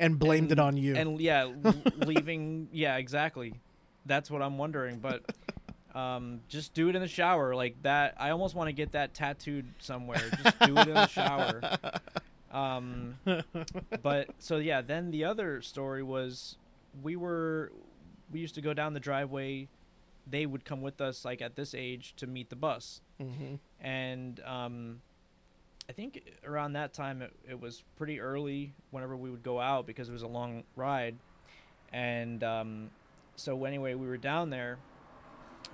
and blamed it on you. and yeah l- leaving yeah exactly that's what i'm wondering but um just do it in the shower like that i almost want to get that tattooed somewhere just do it in the shower um but so yeah then the other story was we were we used to go down the driveway they would come with us like at this age to meet the bus Mhm. and um, I think around that time it, it was pretty early whenever we would go out because it was a long ride, and um, so anyway we were down there,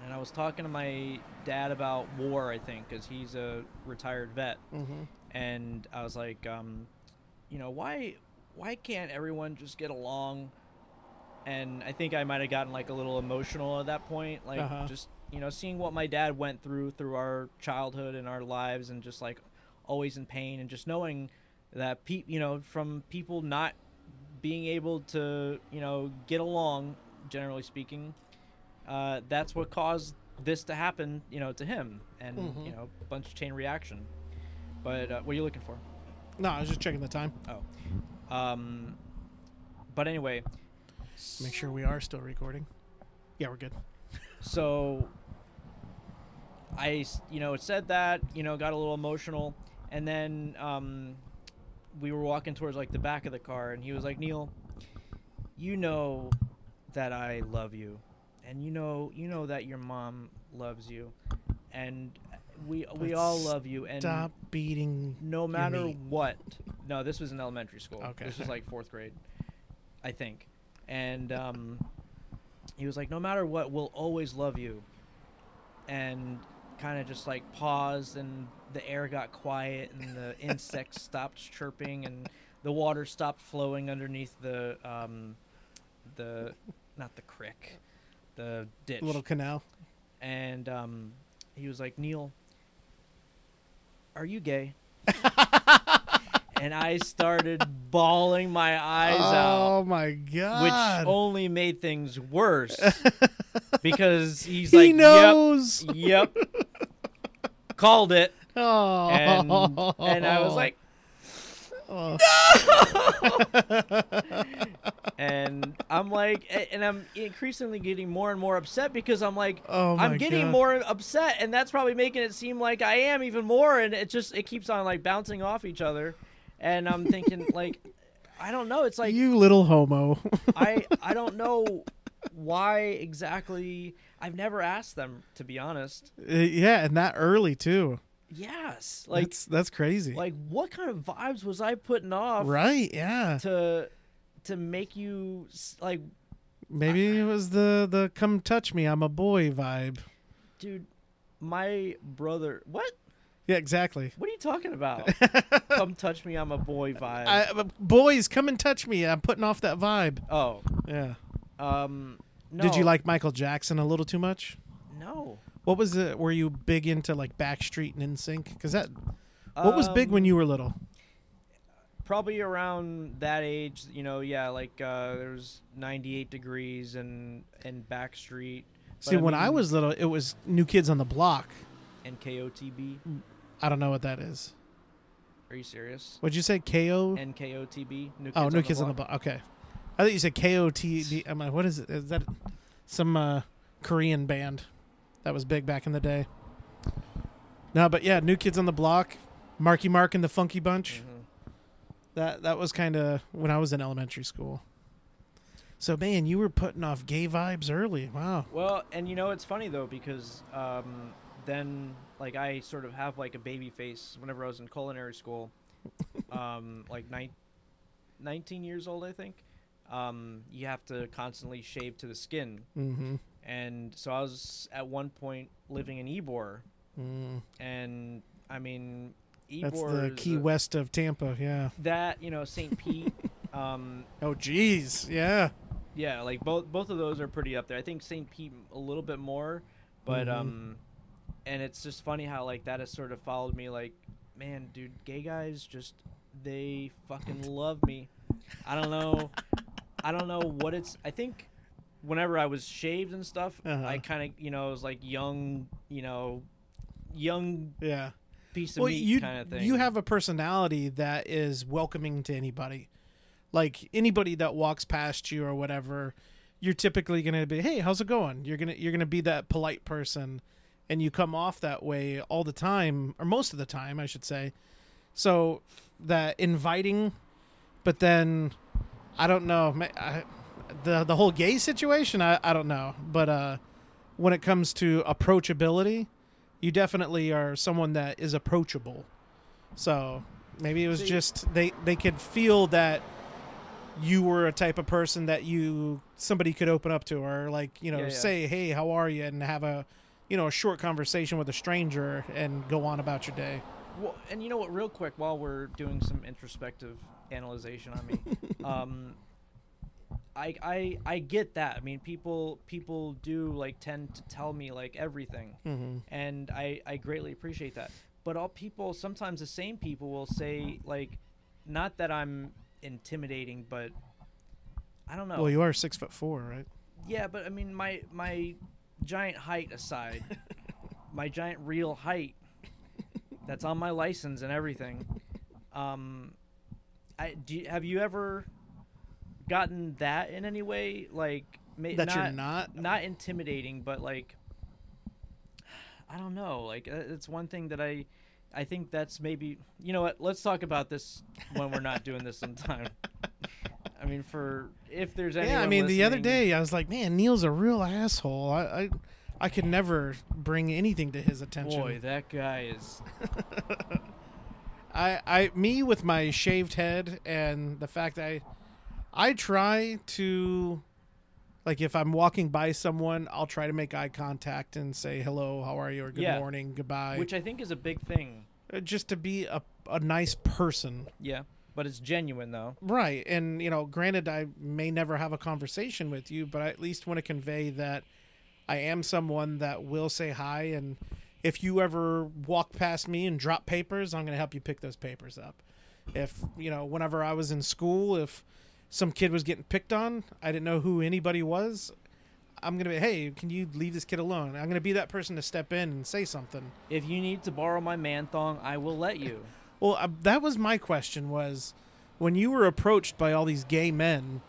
and I was talking to my dad about war I think because he's a retired vet, Mhm. and I was like, um, you know, why why can't everyone just get along? And I think I might have gotten like a little emotional at that point, like Uh-huh. just you know seeing what my dad went through through our childhood and our lives, and just like always in pain, and just knowing that pe- you know from people not being able to you know get along, generally speaking, uh, that's what caused this to happen, you know, to him, and Mhm. you know, bunch chain reaction. But uh, what are you looking for? No, I was just checking the time. Oh, um, but anyway, Make sure we are still recording. Yeah, we're good. so I, s- you know, said that, you know, got a little emotional, and then um, we were walking towards like the back of the car, and he was like, Neil, you know that I love you, and you know, you know that your mom loves you, and we we But all love you, and Stop beating. no matter meat. what. No, this was in elementary school. Okay. This was like fourth grade, I think. And um, he was like, no matter what, we'll always love you. And kind of just like paused, and the air got quiet, and the insects stopped chirping, and the water stopped flowing underneath the um, the not the creek, the ditch Little canal. and um, he was like, Neil, are you gay? and I started bawling my eyes out, Oh my god. which only made things worse because he's he like, knows. Yep, yep, called it. Oh. And, and I was like, Oh. and I'm like, a- and I'm increasingly getting more and more upset because I'm like, Oh my I'm getting God. more upset, and that's probably making it seem like I am even more, and it just it keeps on like bouncing off each other, and I'm thinking like, I don't know, it's like you little homo. I I don't know why exactly. I've never asked them to be honest. Uh, yeah, and that early too. Yes, like that's that's crazy. like what kind of vibes was I putting off right? Yeah. to to make you s- like Maybe it was the the come touch me, I'm a boy vibe. dude, my brother. What? Yeah, exactly. What are you talking about? Come touch me, I'm a boy vibe. I, uh, boys, come and touch me. I'm putting off that vibe. oh, Yeah. um, no. Did you like Michael Jackson a little too much? No. What was it? Were you big into like Backstreet and NSYNC? Because that what was big Um, when you were little? Probably around that age, you know. Yeah, like uh, there was 98 degrees and and Backstreet. but See, when I mean- was little, it was New Kids on the Block. and KOTB. I don't know what that is. Are you serious? What'd you say? KO? And KOTB. New Mm. oh, New Kids on the Block. Block. Okay. I thought you said KOT. I'm like, what is it? Is that some uh, Korean band that was big back in the day? No, but yeah, New Kids on the Block, Marky Mark and the Funky Bunch. That that was kind of when I was in elementary school. So man, you were putting off gay vibes early. Wow. Well, and you know it's funny though because um, then like I sort of have like a baby face whenever I was in culinary school, um, like nine, 19 years old I think. Um, you have to constantly shave to the skin, Mm-hmm. and so I was at one point living in Ybor, Mm. and I mean Ybor That's the is key a- west of Tampa. Yeah. that you know St. Pete. um, Oh, geez. Yeah. Yeah, like both both of those are pretty up there. I think St. Pete a little bit more, but Mhm. um, and it's just funny how like that has sort of followed me. Like, man, dude, gay guys just they fucking love me. I don't know, I don't know what it's. I think whenever I was shaved and stuff, Uh-huh. I kind of you know I was like young, you know, young Yeah. piece of Well, meat you kind of thing. you have a personality that is welcoming to anybody. Like anybody that walks past you or whatever, you're typically going to be, "Hey, how's it going?" You're going to you're going to be that polite person and you come off that way all the time or most of the time, I should say. So that inviting but then I don't know, ma- I, the the whole gay situation, I I don't know, but uh when it comes to approachability, you definitely are someone that is approachable. So maybe it was See- just they they could feel that you were a type of person that you somebody could open up to or like you know Yeah, yeah. say hey how are you and have a you know a short conversation with a stranger and go on about your day. Well, and you know what? Real quick, while we're doing some introspective analyzation on me, um, I, I I get that. I mean, people people do like tend to tell me like everything, and I I greatly appreciate that. But all people sometimes the same people will say like, not that I'm intimidating, but I don't know. Well, you are six foot four, right? Yeah, but I mean, my my giant height aside, my giant real height that's on my license and everything. Um, I do. You, have you ever gotten that in any way? Like, may, That not, you're not. not intimidating, but like, I don't know. Like, uh, it's one thing that I. I think that's maybe you know what. Let's talk about this when we're not doing this sometime. I mean, for if there's anyone Yeah, I mean, the other listening- day I was like, man, Neil's a real asshole. I, I, I could never bring anything to his attention. Boy, that guy is. I, I, me with my shaved head and the fact that I, I try to, like, if I'm walking by someone, I'll try to make eye contact and say hello, how are you, or good Yeah. morning, goodbye, Which I think is a big thing. Uh, just to be a, a nice person. Yeah. But it's genuine, though. Right. And, you know, granted, I may never have a conversation with you, but I at least want to convey that I am someone that will say hi. And if you ever walk past me and drop papers, I'm going to help you pick those papers up. If, you know, whenever I was in school, if some kid was getting picked on, I didn't know who anybody was. I'm gonna be, hey, can you leave this kid alone? I'm gonna be that person to step in and say something. If you need to borrow my man thong, I will let you. Well, uh, that was my question was when you were approached by all these gay men,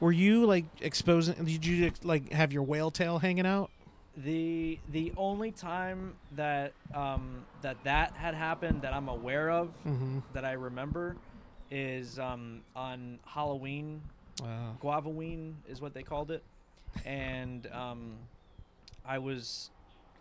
were you like exposing did you like have your whale tail hanging out? the The only time that um, that that had happened that I'm aware of Mhm. that I remember is um, on Halloween. Wow. Uh-huh. Guavaween is what they called it, and um, I was.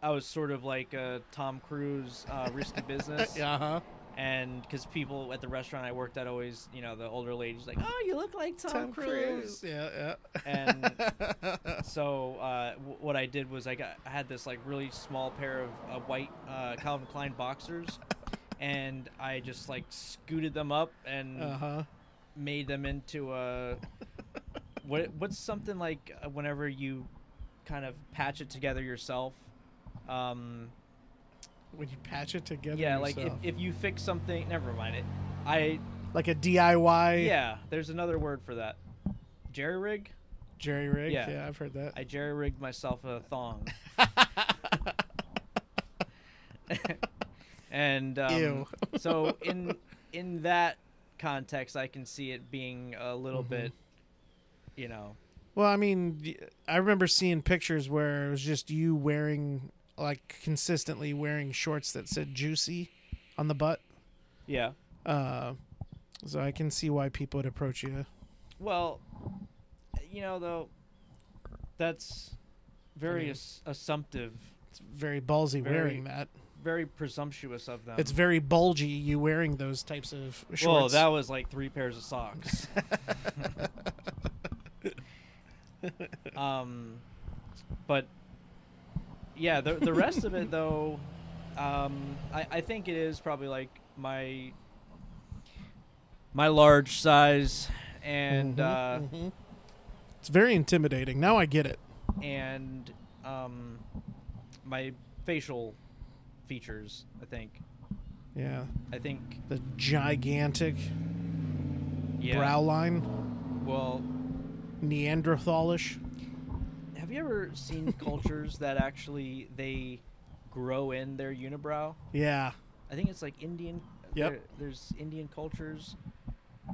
I was sort of like uh, Tom Cruise, uh, risky business. Uh-huh. and because people at the restaurant I worked at always, you know, the older ladies like, "Oh, you look like Tom, Tom Cruise." Cruise. Yeah, And yeah. so uh, w- what I did was I got I had this like really small pair of uh, white uh, Calvin Klein boxers, and I just like scooted them up and uh-huh. made them into a what what's something like uh, whenever you kind of patch it together yourself. Um, When you patch it together. yeah, like if, yourself. if you fix something, never mind it. I like a DIY Yeah, there's another word for that. Jerry rig? jerry rig. Yeah. Yeah. I've heard that. I jerry rigged myself a thong. and um, Ew. so in in that context, I can see it being a little Mm-hmm. bit, you know, Well, I mean, y- I remember seeing pictures where it was just you wearing like consistently wearing shorts that said juicy on the butt. Yeah. Uh, so I can see why people would approach you. Well, you know though, that's very mean- ass- assumptive, It's very ballsy Very- um, wearing that. very presumptuous of them. It's very bulgy you wearing those types of shorts. Well, that was like three pairs of socks. um, but yeah, the the rest of it though, um, I I think it is probably like my my large size and uh, Mhm. it's very intimidating. Now I get it. and um, my facial features. I think Yeah, I think the gigantic yeah. brow line, Well, Neanderthalish. Have you ever seen cultures that actually they grow in their unibrow? Yeah, I think it's like Indian. Yep. there- there's Indian cultures,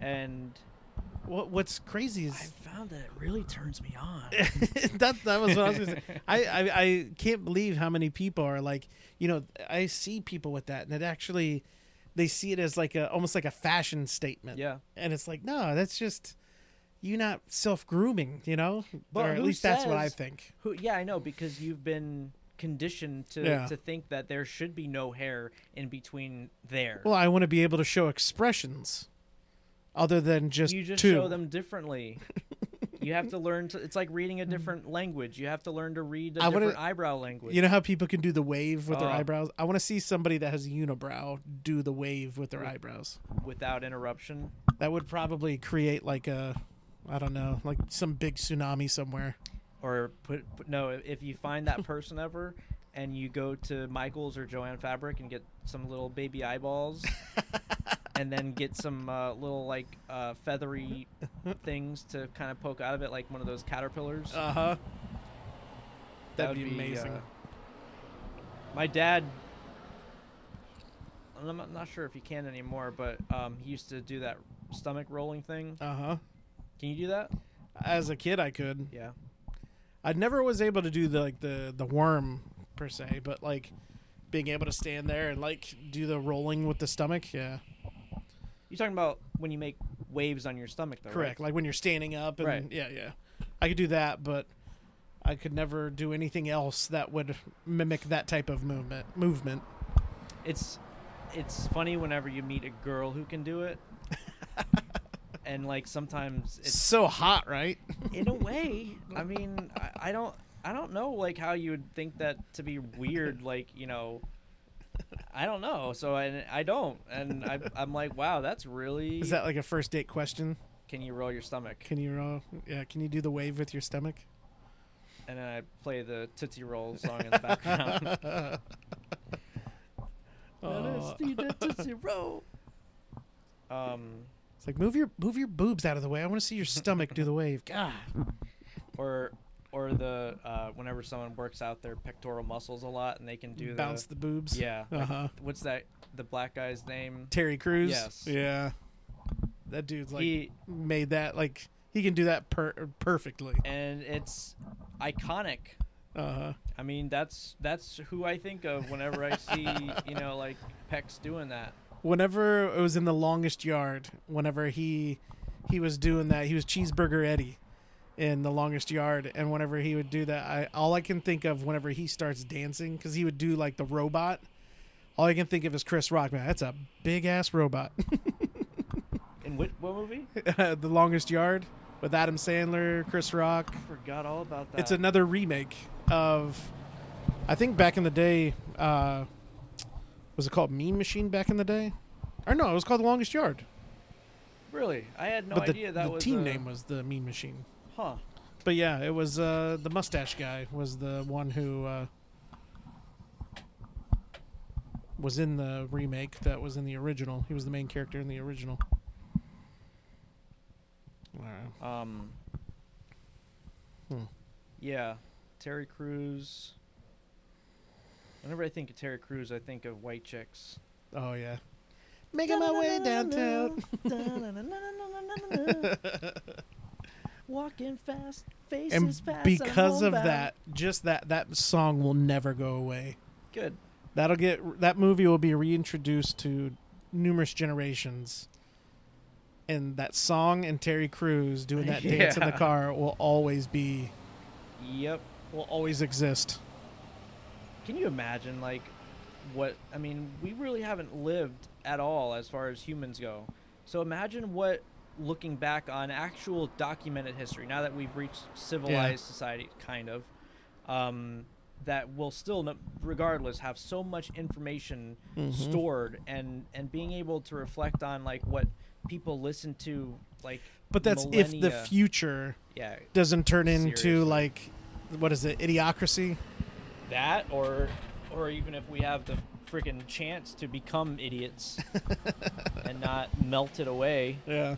and what what's crazy I is found that it really turns me on. that that was what I was gonna say. I, I I can't believe how many people are like you know I see people with that and it actually they see it as like a almost like a fashion statement. yeah, and it's like no, that's just you not self grooming, you know. But or at who least that's what I says- think. who? Yeah, I know because you've been conditioned to Yeah. to think that there should be no hair in between there. Well, I want to be able to show expressions other than just you just two. show them differently. you have to learn to. It's like reading a different language. You have to learn to read a I wouldn't- different eyebrow language. You know how people can do the wave with their Oh. eyebrows? I want to see somebody that has a unibrow do the wave with their eyebrows. without interruption. That would probably create like a, I don't know, like some big tsunami somewhere. or put, put no if you find that person ever and you go to michael's or joanne fabric and get some little baby eyeballs and then get some uh, little like uh, feathery things to kind of poke out of it like one of those caterpillars Uh huh. Uh-huh. That That'd be would amazing. uh, my dad and i'm not- not sure if he can anymore but um, he used to do that stomach rolling thing Uh huh. can you do that As a kid, I could. yeah I never was able to do the like the the worm per se, but like being able to stand there and like do the rolling with the stomach. Yeah, you're talking about when you make waves on your stomach though right? correct. Like when you're standing up and Right. yeah, yeah. I could do that, but I could never do anything else that would mimic that type of movement. Movement. it's it's funny whenever you meet a girl who can do it and like sometimes It's it's so hot, right? in a way i mean I, I don't i don't know like how you would think that to be weird like you know i don't know so i, I don't and I, i'm like wow that's really Is that like a first date question? can you roll your stomach Can you roll? Yeah, can you do the wave with your stomach? and then i play the tootsie roll song in the background Oh. tootsie roll um It's like move your move your boobs out of the way. I want to see your stomach do the wave. God. or or the uh, whenever someone works out their pectoral muscles a lot and they can do bounce the boobs. yeah I- Uh-huh. what's that the black guy's name Terry Crews. Yes. Yeah. That dude's like he made that like he can do that per- perfectly. and it's iconic Uh-huh. i mean that's that's who i think of whenever i see you know like pecs doing that Whenever it was in the longest yard, whenever he he was doing that, he was cheeseburger Eddie in the longest yard and whenever he would do that, I all I can think of whenever he starts dancing cuz he would do like the robot. All I can think of is Chris Rock, man. That's a big ass robot. in what, what movie the longest yard with Adam Sandler, Chris Rock, forgot all about that It's another remake of, I think back in the day, uh, was it called Mean Machine back in the day? Or no, it was called The Longest Yard. really i had no but the, idea that the was uh, team a- name was the Mean Machine. huh But yeah, it was uh, the mustache guy was the one who uh, was in the remake that was in the original. He was the main character in the original. Uh, Wow. um Hmm. yeah terry Crews. whenever i think of terry Crews, i think of white chicks Oh yeah. Making my way downtown. Walking fast, faces and fast. I'm because of homebound. that, just that that song will never go away. good. That'll get that movie will be reintroduced to numerous generations. And that song and Terry Crews doing that dance in the Yeah. car will always be Yep. will always exist. Can you imagine, like, what? I mean, we really haven't lived at all as far as humans go. So imagine what looking back on actual documented history, now that we've reached civilized society, kind of, um, that will still, n- regardless, have so much information Mm-hmm. stored and and being able to reflect on like what people listen to, like. But that's if the millennia. future yeah doesn't turn into Seriously. like what is it, idiocracy? that or or even if we have the freaking chance to become idiots and not melted away Yeah.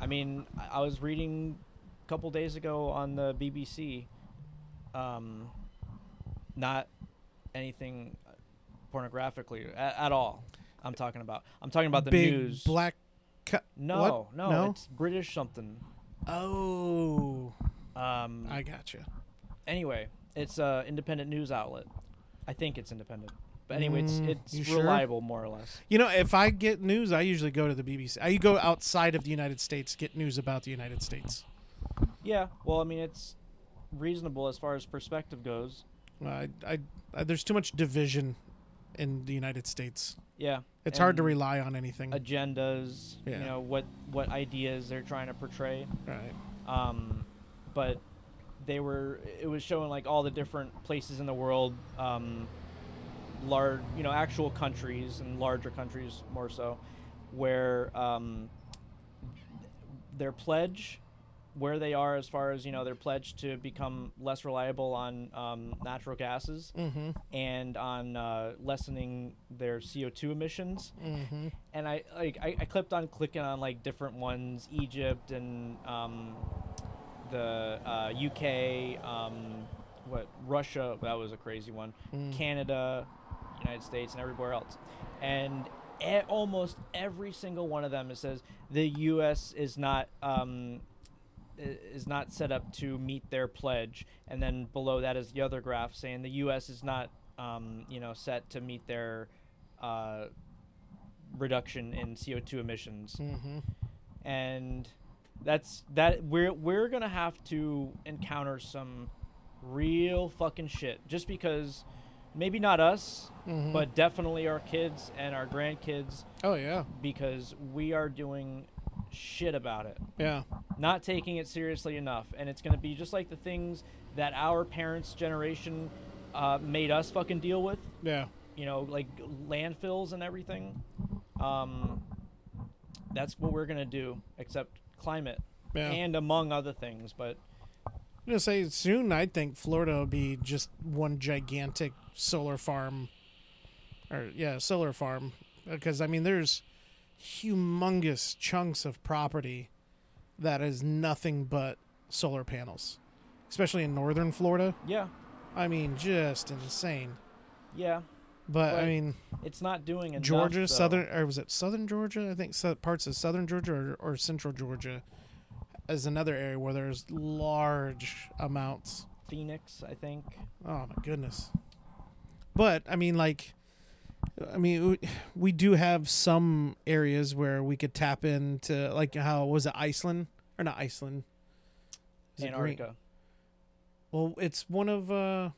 i mean I- i was reading a couple days ago on the bbc um not anything pornographically at, at all i'm talking about i'm talking about Uh, the Big news black cu- no what? no it's british something Oh, um I gotcha. anyway, it's a independent news outlet. I think it's independent, but anyway, Mm, it's you it's sure? reliable more or less. You know, if I get news, I usually go to the BBC. I go outside of the United States, get news about the United States. Yeah. Well, I mean, it's reasonable as far as perspective goes. Uh, I, I, I, there's too much division in the United States. Yeah. It's hard to and rely on anything. agendas. Yeah. You know what what ideas they're trying to portray. right. Um, but they were it was showing like all the different places in the world. Um, large you know actual countries and larger countries more so where um, their pledge where they are as far as you know their pledge to become less reliable on um, natural gases Mm-hmm. and on uh, lessening their co2 emissions Mm-hmm. and I like I, I clipped on clicking on like different ones, Egypt and um, the uh, UK, um, what Russia that was a crazy one, Canada, United States, and everywhere else, and e- almost every single one of them it says the U.S. is not. Um, i- is not set up to meet their pledge, and then below that is the other graph saying the U.S. is not, um, you know, set to meet their uh, reduction in CO2 emissions. Mm-hmm. And that's that we're we're going to have to encounter some real fucking shit just because maybe not us, Mhm. but definitely our kids and our grandkids Oh yeah, because we are doing shit about it yeah. not taking it seriously enough. And it's going to be just like the things that our parents' generation uh, made us fucking deal with, Yeah. you know, like landfills and everything. Um, that's what we're going to do, except climate Yeah. and among other things. But I'm gonna say soon. I think Florida will be just one gigantic solar farm, or yeah, solar farm. Because I mean, there's humongous chunks of property that is nothing but solar panels, especially in northern Florida. yeah, I mean, just insane. yeah, But I Right. mean, it's not doing enough. Georgia, though. southern, or was it southern Georgia? I think so, parts of southern Georgia or, or central Georgia is another area where there's large amounts. Phoenix, I think. Oh my goodness. But I mean, like, I mean, we- we do have some areas where we could tap into, like, how was it Iceland or not Iceland? Is it Green- Antarctica. Well, it's one of uh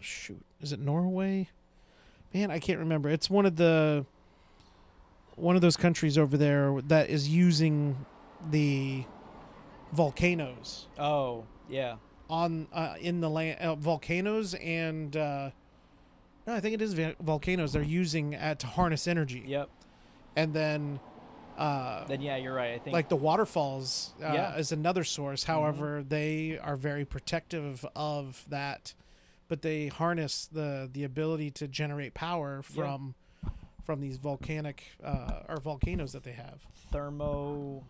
shoot, is it Norway? Man, I can't remember. It's one of the one of those countries over there that is using the volcanoes Oh, yeah. on uh, in the land uh, volcanoes and uh no, I think it is va- volcanoes they're using uh, to harness energy. Yep. And then uh Then, yeah, you're right. I think. like the waterfalls uh, Yeah. Mm-hmm. is another source however they are very protective of that but they harness the the ability to generate power from from these volcanic uh, or volcanoes that they have Hmm. thermo.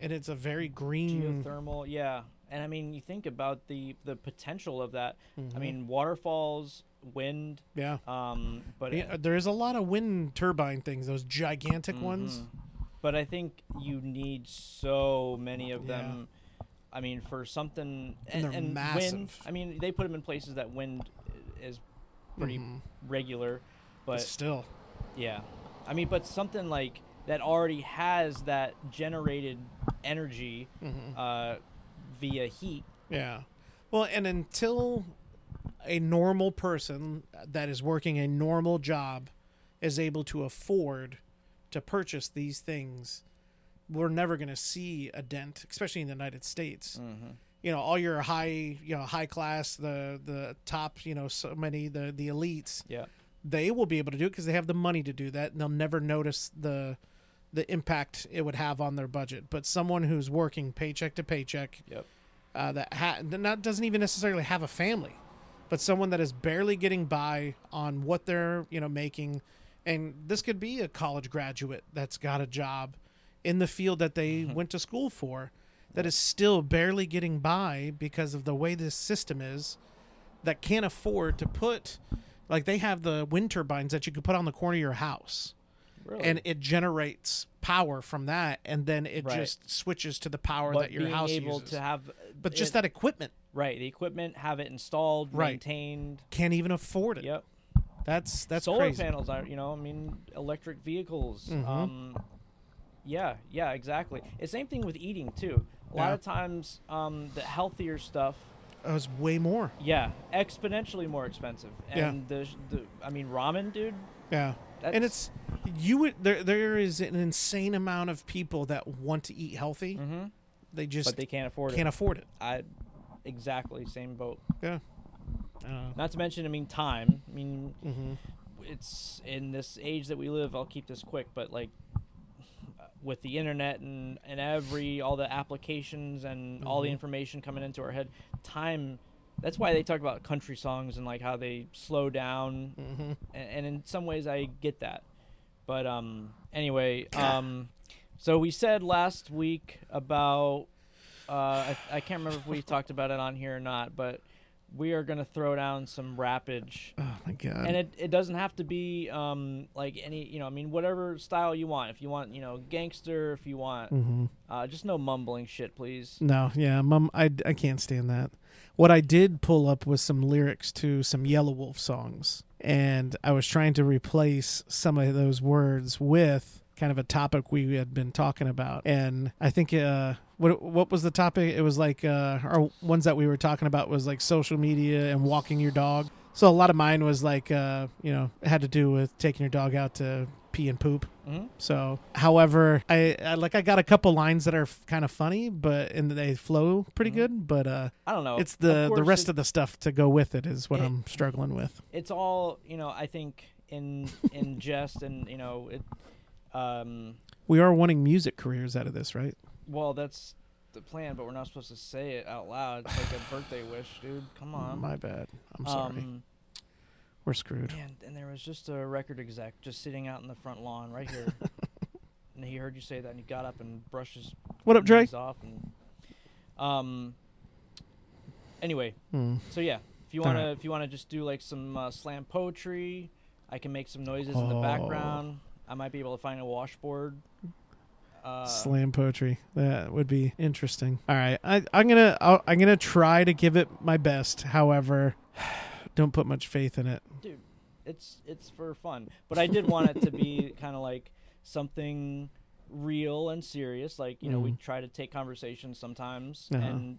and it's a very green geothermal yeah and i mean you think about the the potential of that Mm-hmm. i mean waterfalls wind yeah um but Yeah, there is a lot of wind turbine things those gigantic ones Mhm. but I think you need so many of them. I mean, for something And and, they're and wind. massive. I mean, they put them in places that wind is pretty Mm-hmm. regular, but Still, yeah, I mean, but something like that already has that generated energy Mm-hmm. uh, via heat. yeah. Well, and until a normal person that is working a normal job is able to afford to purchase these things, we're never going to see a dent, especially in the United States. You know, all your high, you know, high class, the the top, you know, so many the the elites. Yeah, they will be able to do it because they have the money to do that and they'll never notice the the impact it would have on their budget but someone who's working paycheck to paycheck yep, uh, that ha- that not doesn't even necessarily have a family but someone that is barely getting by on what they're you know making and this could be a college graduate that's got a job in the field that they Mm-hmm. went to school for that is still barely getting by because of the way this system is that can't afford to put like they have the wind turbines that you could put on the corner of your house really. and it generates power from that and then it Right. just switches to the power but that your being house able uses to have, but just it- that equipment right, the equipment, have it installed, Right. maintained. can't even afford it Yep. that's that's solar crazy Mm-hmm. panels are you know i mean electric vehicles um, yeah yeah exactly it's same thing with eating too a lot Yeah. of times um, the healthier stuff it was way more yeah exponentially more expensive Yeah. and the, the i mean ramen dude yeah and That's- it's you would there there is an insane amount of people that want to eat healthy they just Mm-hmm. but they can't afford can't it afford it i exactly same boat yeah uh, not to mention i mean time i mean it's in this age that we live i'll keep this quick but like with the internet and, and every all the applications and all the information coming into our head time that's why they talk about country songs and like how they slow down and, and in some ways i get that but um anyway um so we said last week about uh i, I can't remember if we talked about it on here or not but we are going to throw down some rapage oh my god and it, it doesn't have to be um, like any you know i mean whatever style you want if you want you know gangster if you want Mm-hmm. uh, just no mumbling shit please No, yeah, mom, I, I can't stand that. What I did pull up was some lyrics to some Yellow Wolf songs, and I was trying to replace some of those words with kind of a topic we had been talking about, and I think uh, what what was the topic? It was like uh, our ones that we were talking about was like social media and walking your dog. So a lot of mine was like uh, you know it had to do with taking your dog out to pee and poop. Mhm. So, however, I, I like I got a couple lines that are f- kind of funny, but and they flow pretty good. But uh, i don't know it's the the Mm-hmm. Oh, course rest it- of the stuff to go with it is what It- I'm struggling with. it's all you know i think in in jest and you know it um We are wanting music careers out of this, right? well that's the plan but we're not supposed to say it out loud it's like a birthday wish dude come on My bad. I'm sorry. Uh-huh. Um, We're screwed. man, and there was just a record exec just sitting out in the front lawn right here and he heard you say that and he got up and brushed his What up, Dre? knees off and- um. Anyway, Hmm. so yeah, if you All wanna, right. if you wanna just do like some uh, slam poetry, I can make some noises in the Oh. background. I might be able to find a washboard. Uh, Slam poetry. That would be interesting. All right, I, I'm gonna I'll, I'm gonna try to give it my best. However, don't put much faith in it. dude, it's it's for fun, but I did want it to be kind of like something real and serious. Like you know, we try to take conversations sometimes Uh-huh. and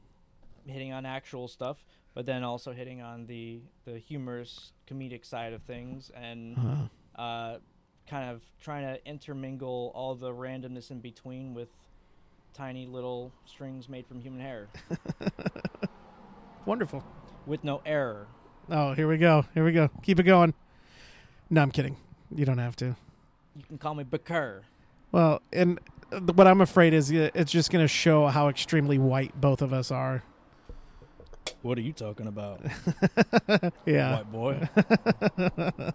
hitting on actual stuff, but then also hitting on the the humorous, comedic side of things and. Uh, uh, kind of trying to intermingle all the randomness in between with tiny little strings made from human hair wonderful. with no error. Oh, here we go. Here we go. Keep it going. No, I'm kidding. You don't have to. You can call me Baker. Well, and uh, what I'm afraid is uh, it's just going to show how extremely white both of us are. What are you talking about, Yeah, white boy?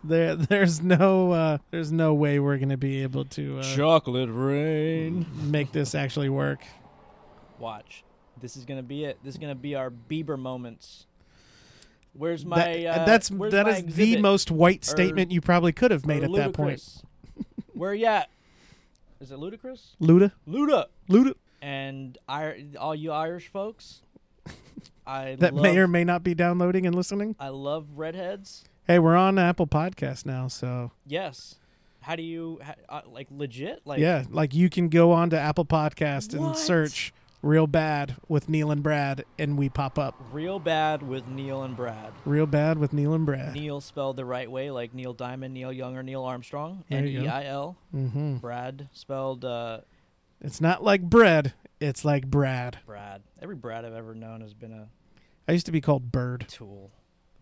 there, there's no, uh, there's no way we're going to be able to uh, Chocolate rain. make this actually work. Watch. This is gonna be it. This is gonna be our Bieber moments. Where's my? That- uh, that's where's that my is the exhibit? most white Or- statement you probably could have made Or at that point. ludicrous? Where you at? Is it Ludacris? Luda, Luda. Luda, And I, all you Irish folks, I that love, may or may not be downloading and listening. I love redheads. Hey, we're on Apple Podcast now, so Yes. How do you ha uh, like legit? Like yeah, like you can go on to Apple Podcast and What? search "Real Bad" with Neil and Brad, and we pop up. real bad with Neil and Brad. Real bad with Neil and Brad. Neil spelled the right way, like Neil Diamond, Neil Young, or Neil Armstrong. There N you go. E I L. hmm Brad spelled uh, It's not like bread. It's like Brad. Brad. Every Brad I've ever known has been a I used to be called Bird tool.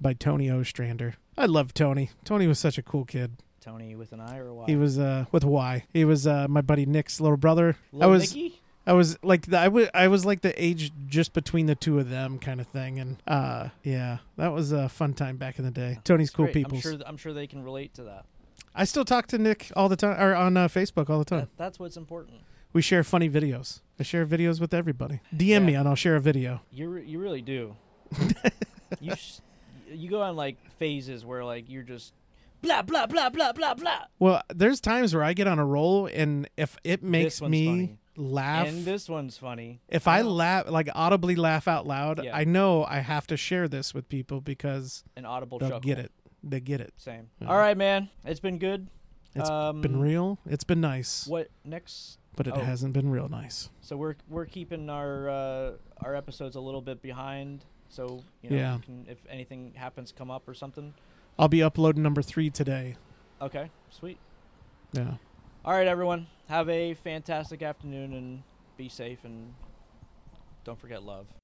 by Tony Ostrander. I love Tony. Tony was such a cool kid. Tony with an I or a Y. He was uh with a Y. He was uh my buddy Nick's little brother. I Little was Nicky? I was like the, I was I was like the age just between the two of them kind of thing and uh yeah, that was a fun time back in the day. Tony's It's cool great. people. I'm sure, I'm sure they can relate to that. I still talk to Nick all the time or on uh, Facebook all the time. that that's what's important. We share funny videos. I share videos with everybody. DM Yeah. me and I'll share a video. You re- you really do. you s you go on like phases where like you're just blah blah blah blah blah blah. Well, there's times where I get on a roll and if it makes one's me funny. laugh and this one's funny. if I Oh. laugh like audibly laugh out loud, Yeah. I know I have to share this with people because An audible they'll chuckle. get it. They get it. Same. Yeah. All right, man. It's been good. It's um, been real. It's been nice, What next? but it oh. hasn't been real nice. So we're we're keeping our uh, our episodes a little bit behind. So you know, Yeah. we can, if anything happens, come up or something. I'll be uploading number three today. Okay, sweet. Yeah. All right, everyone. Have a fantastic afternoon and be safe and don't forget love.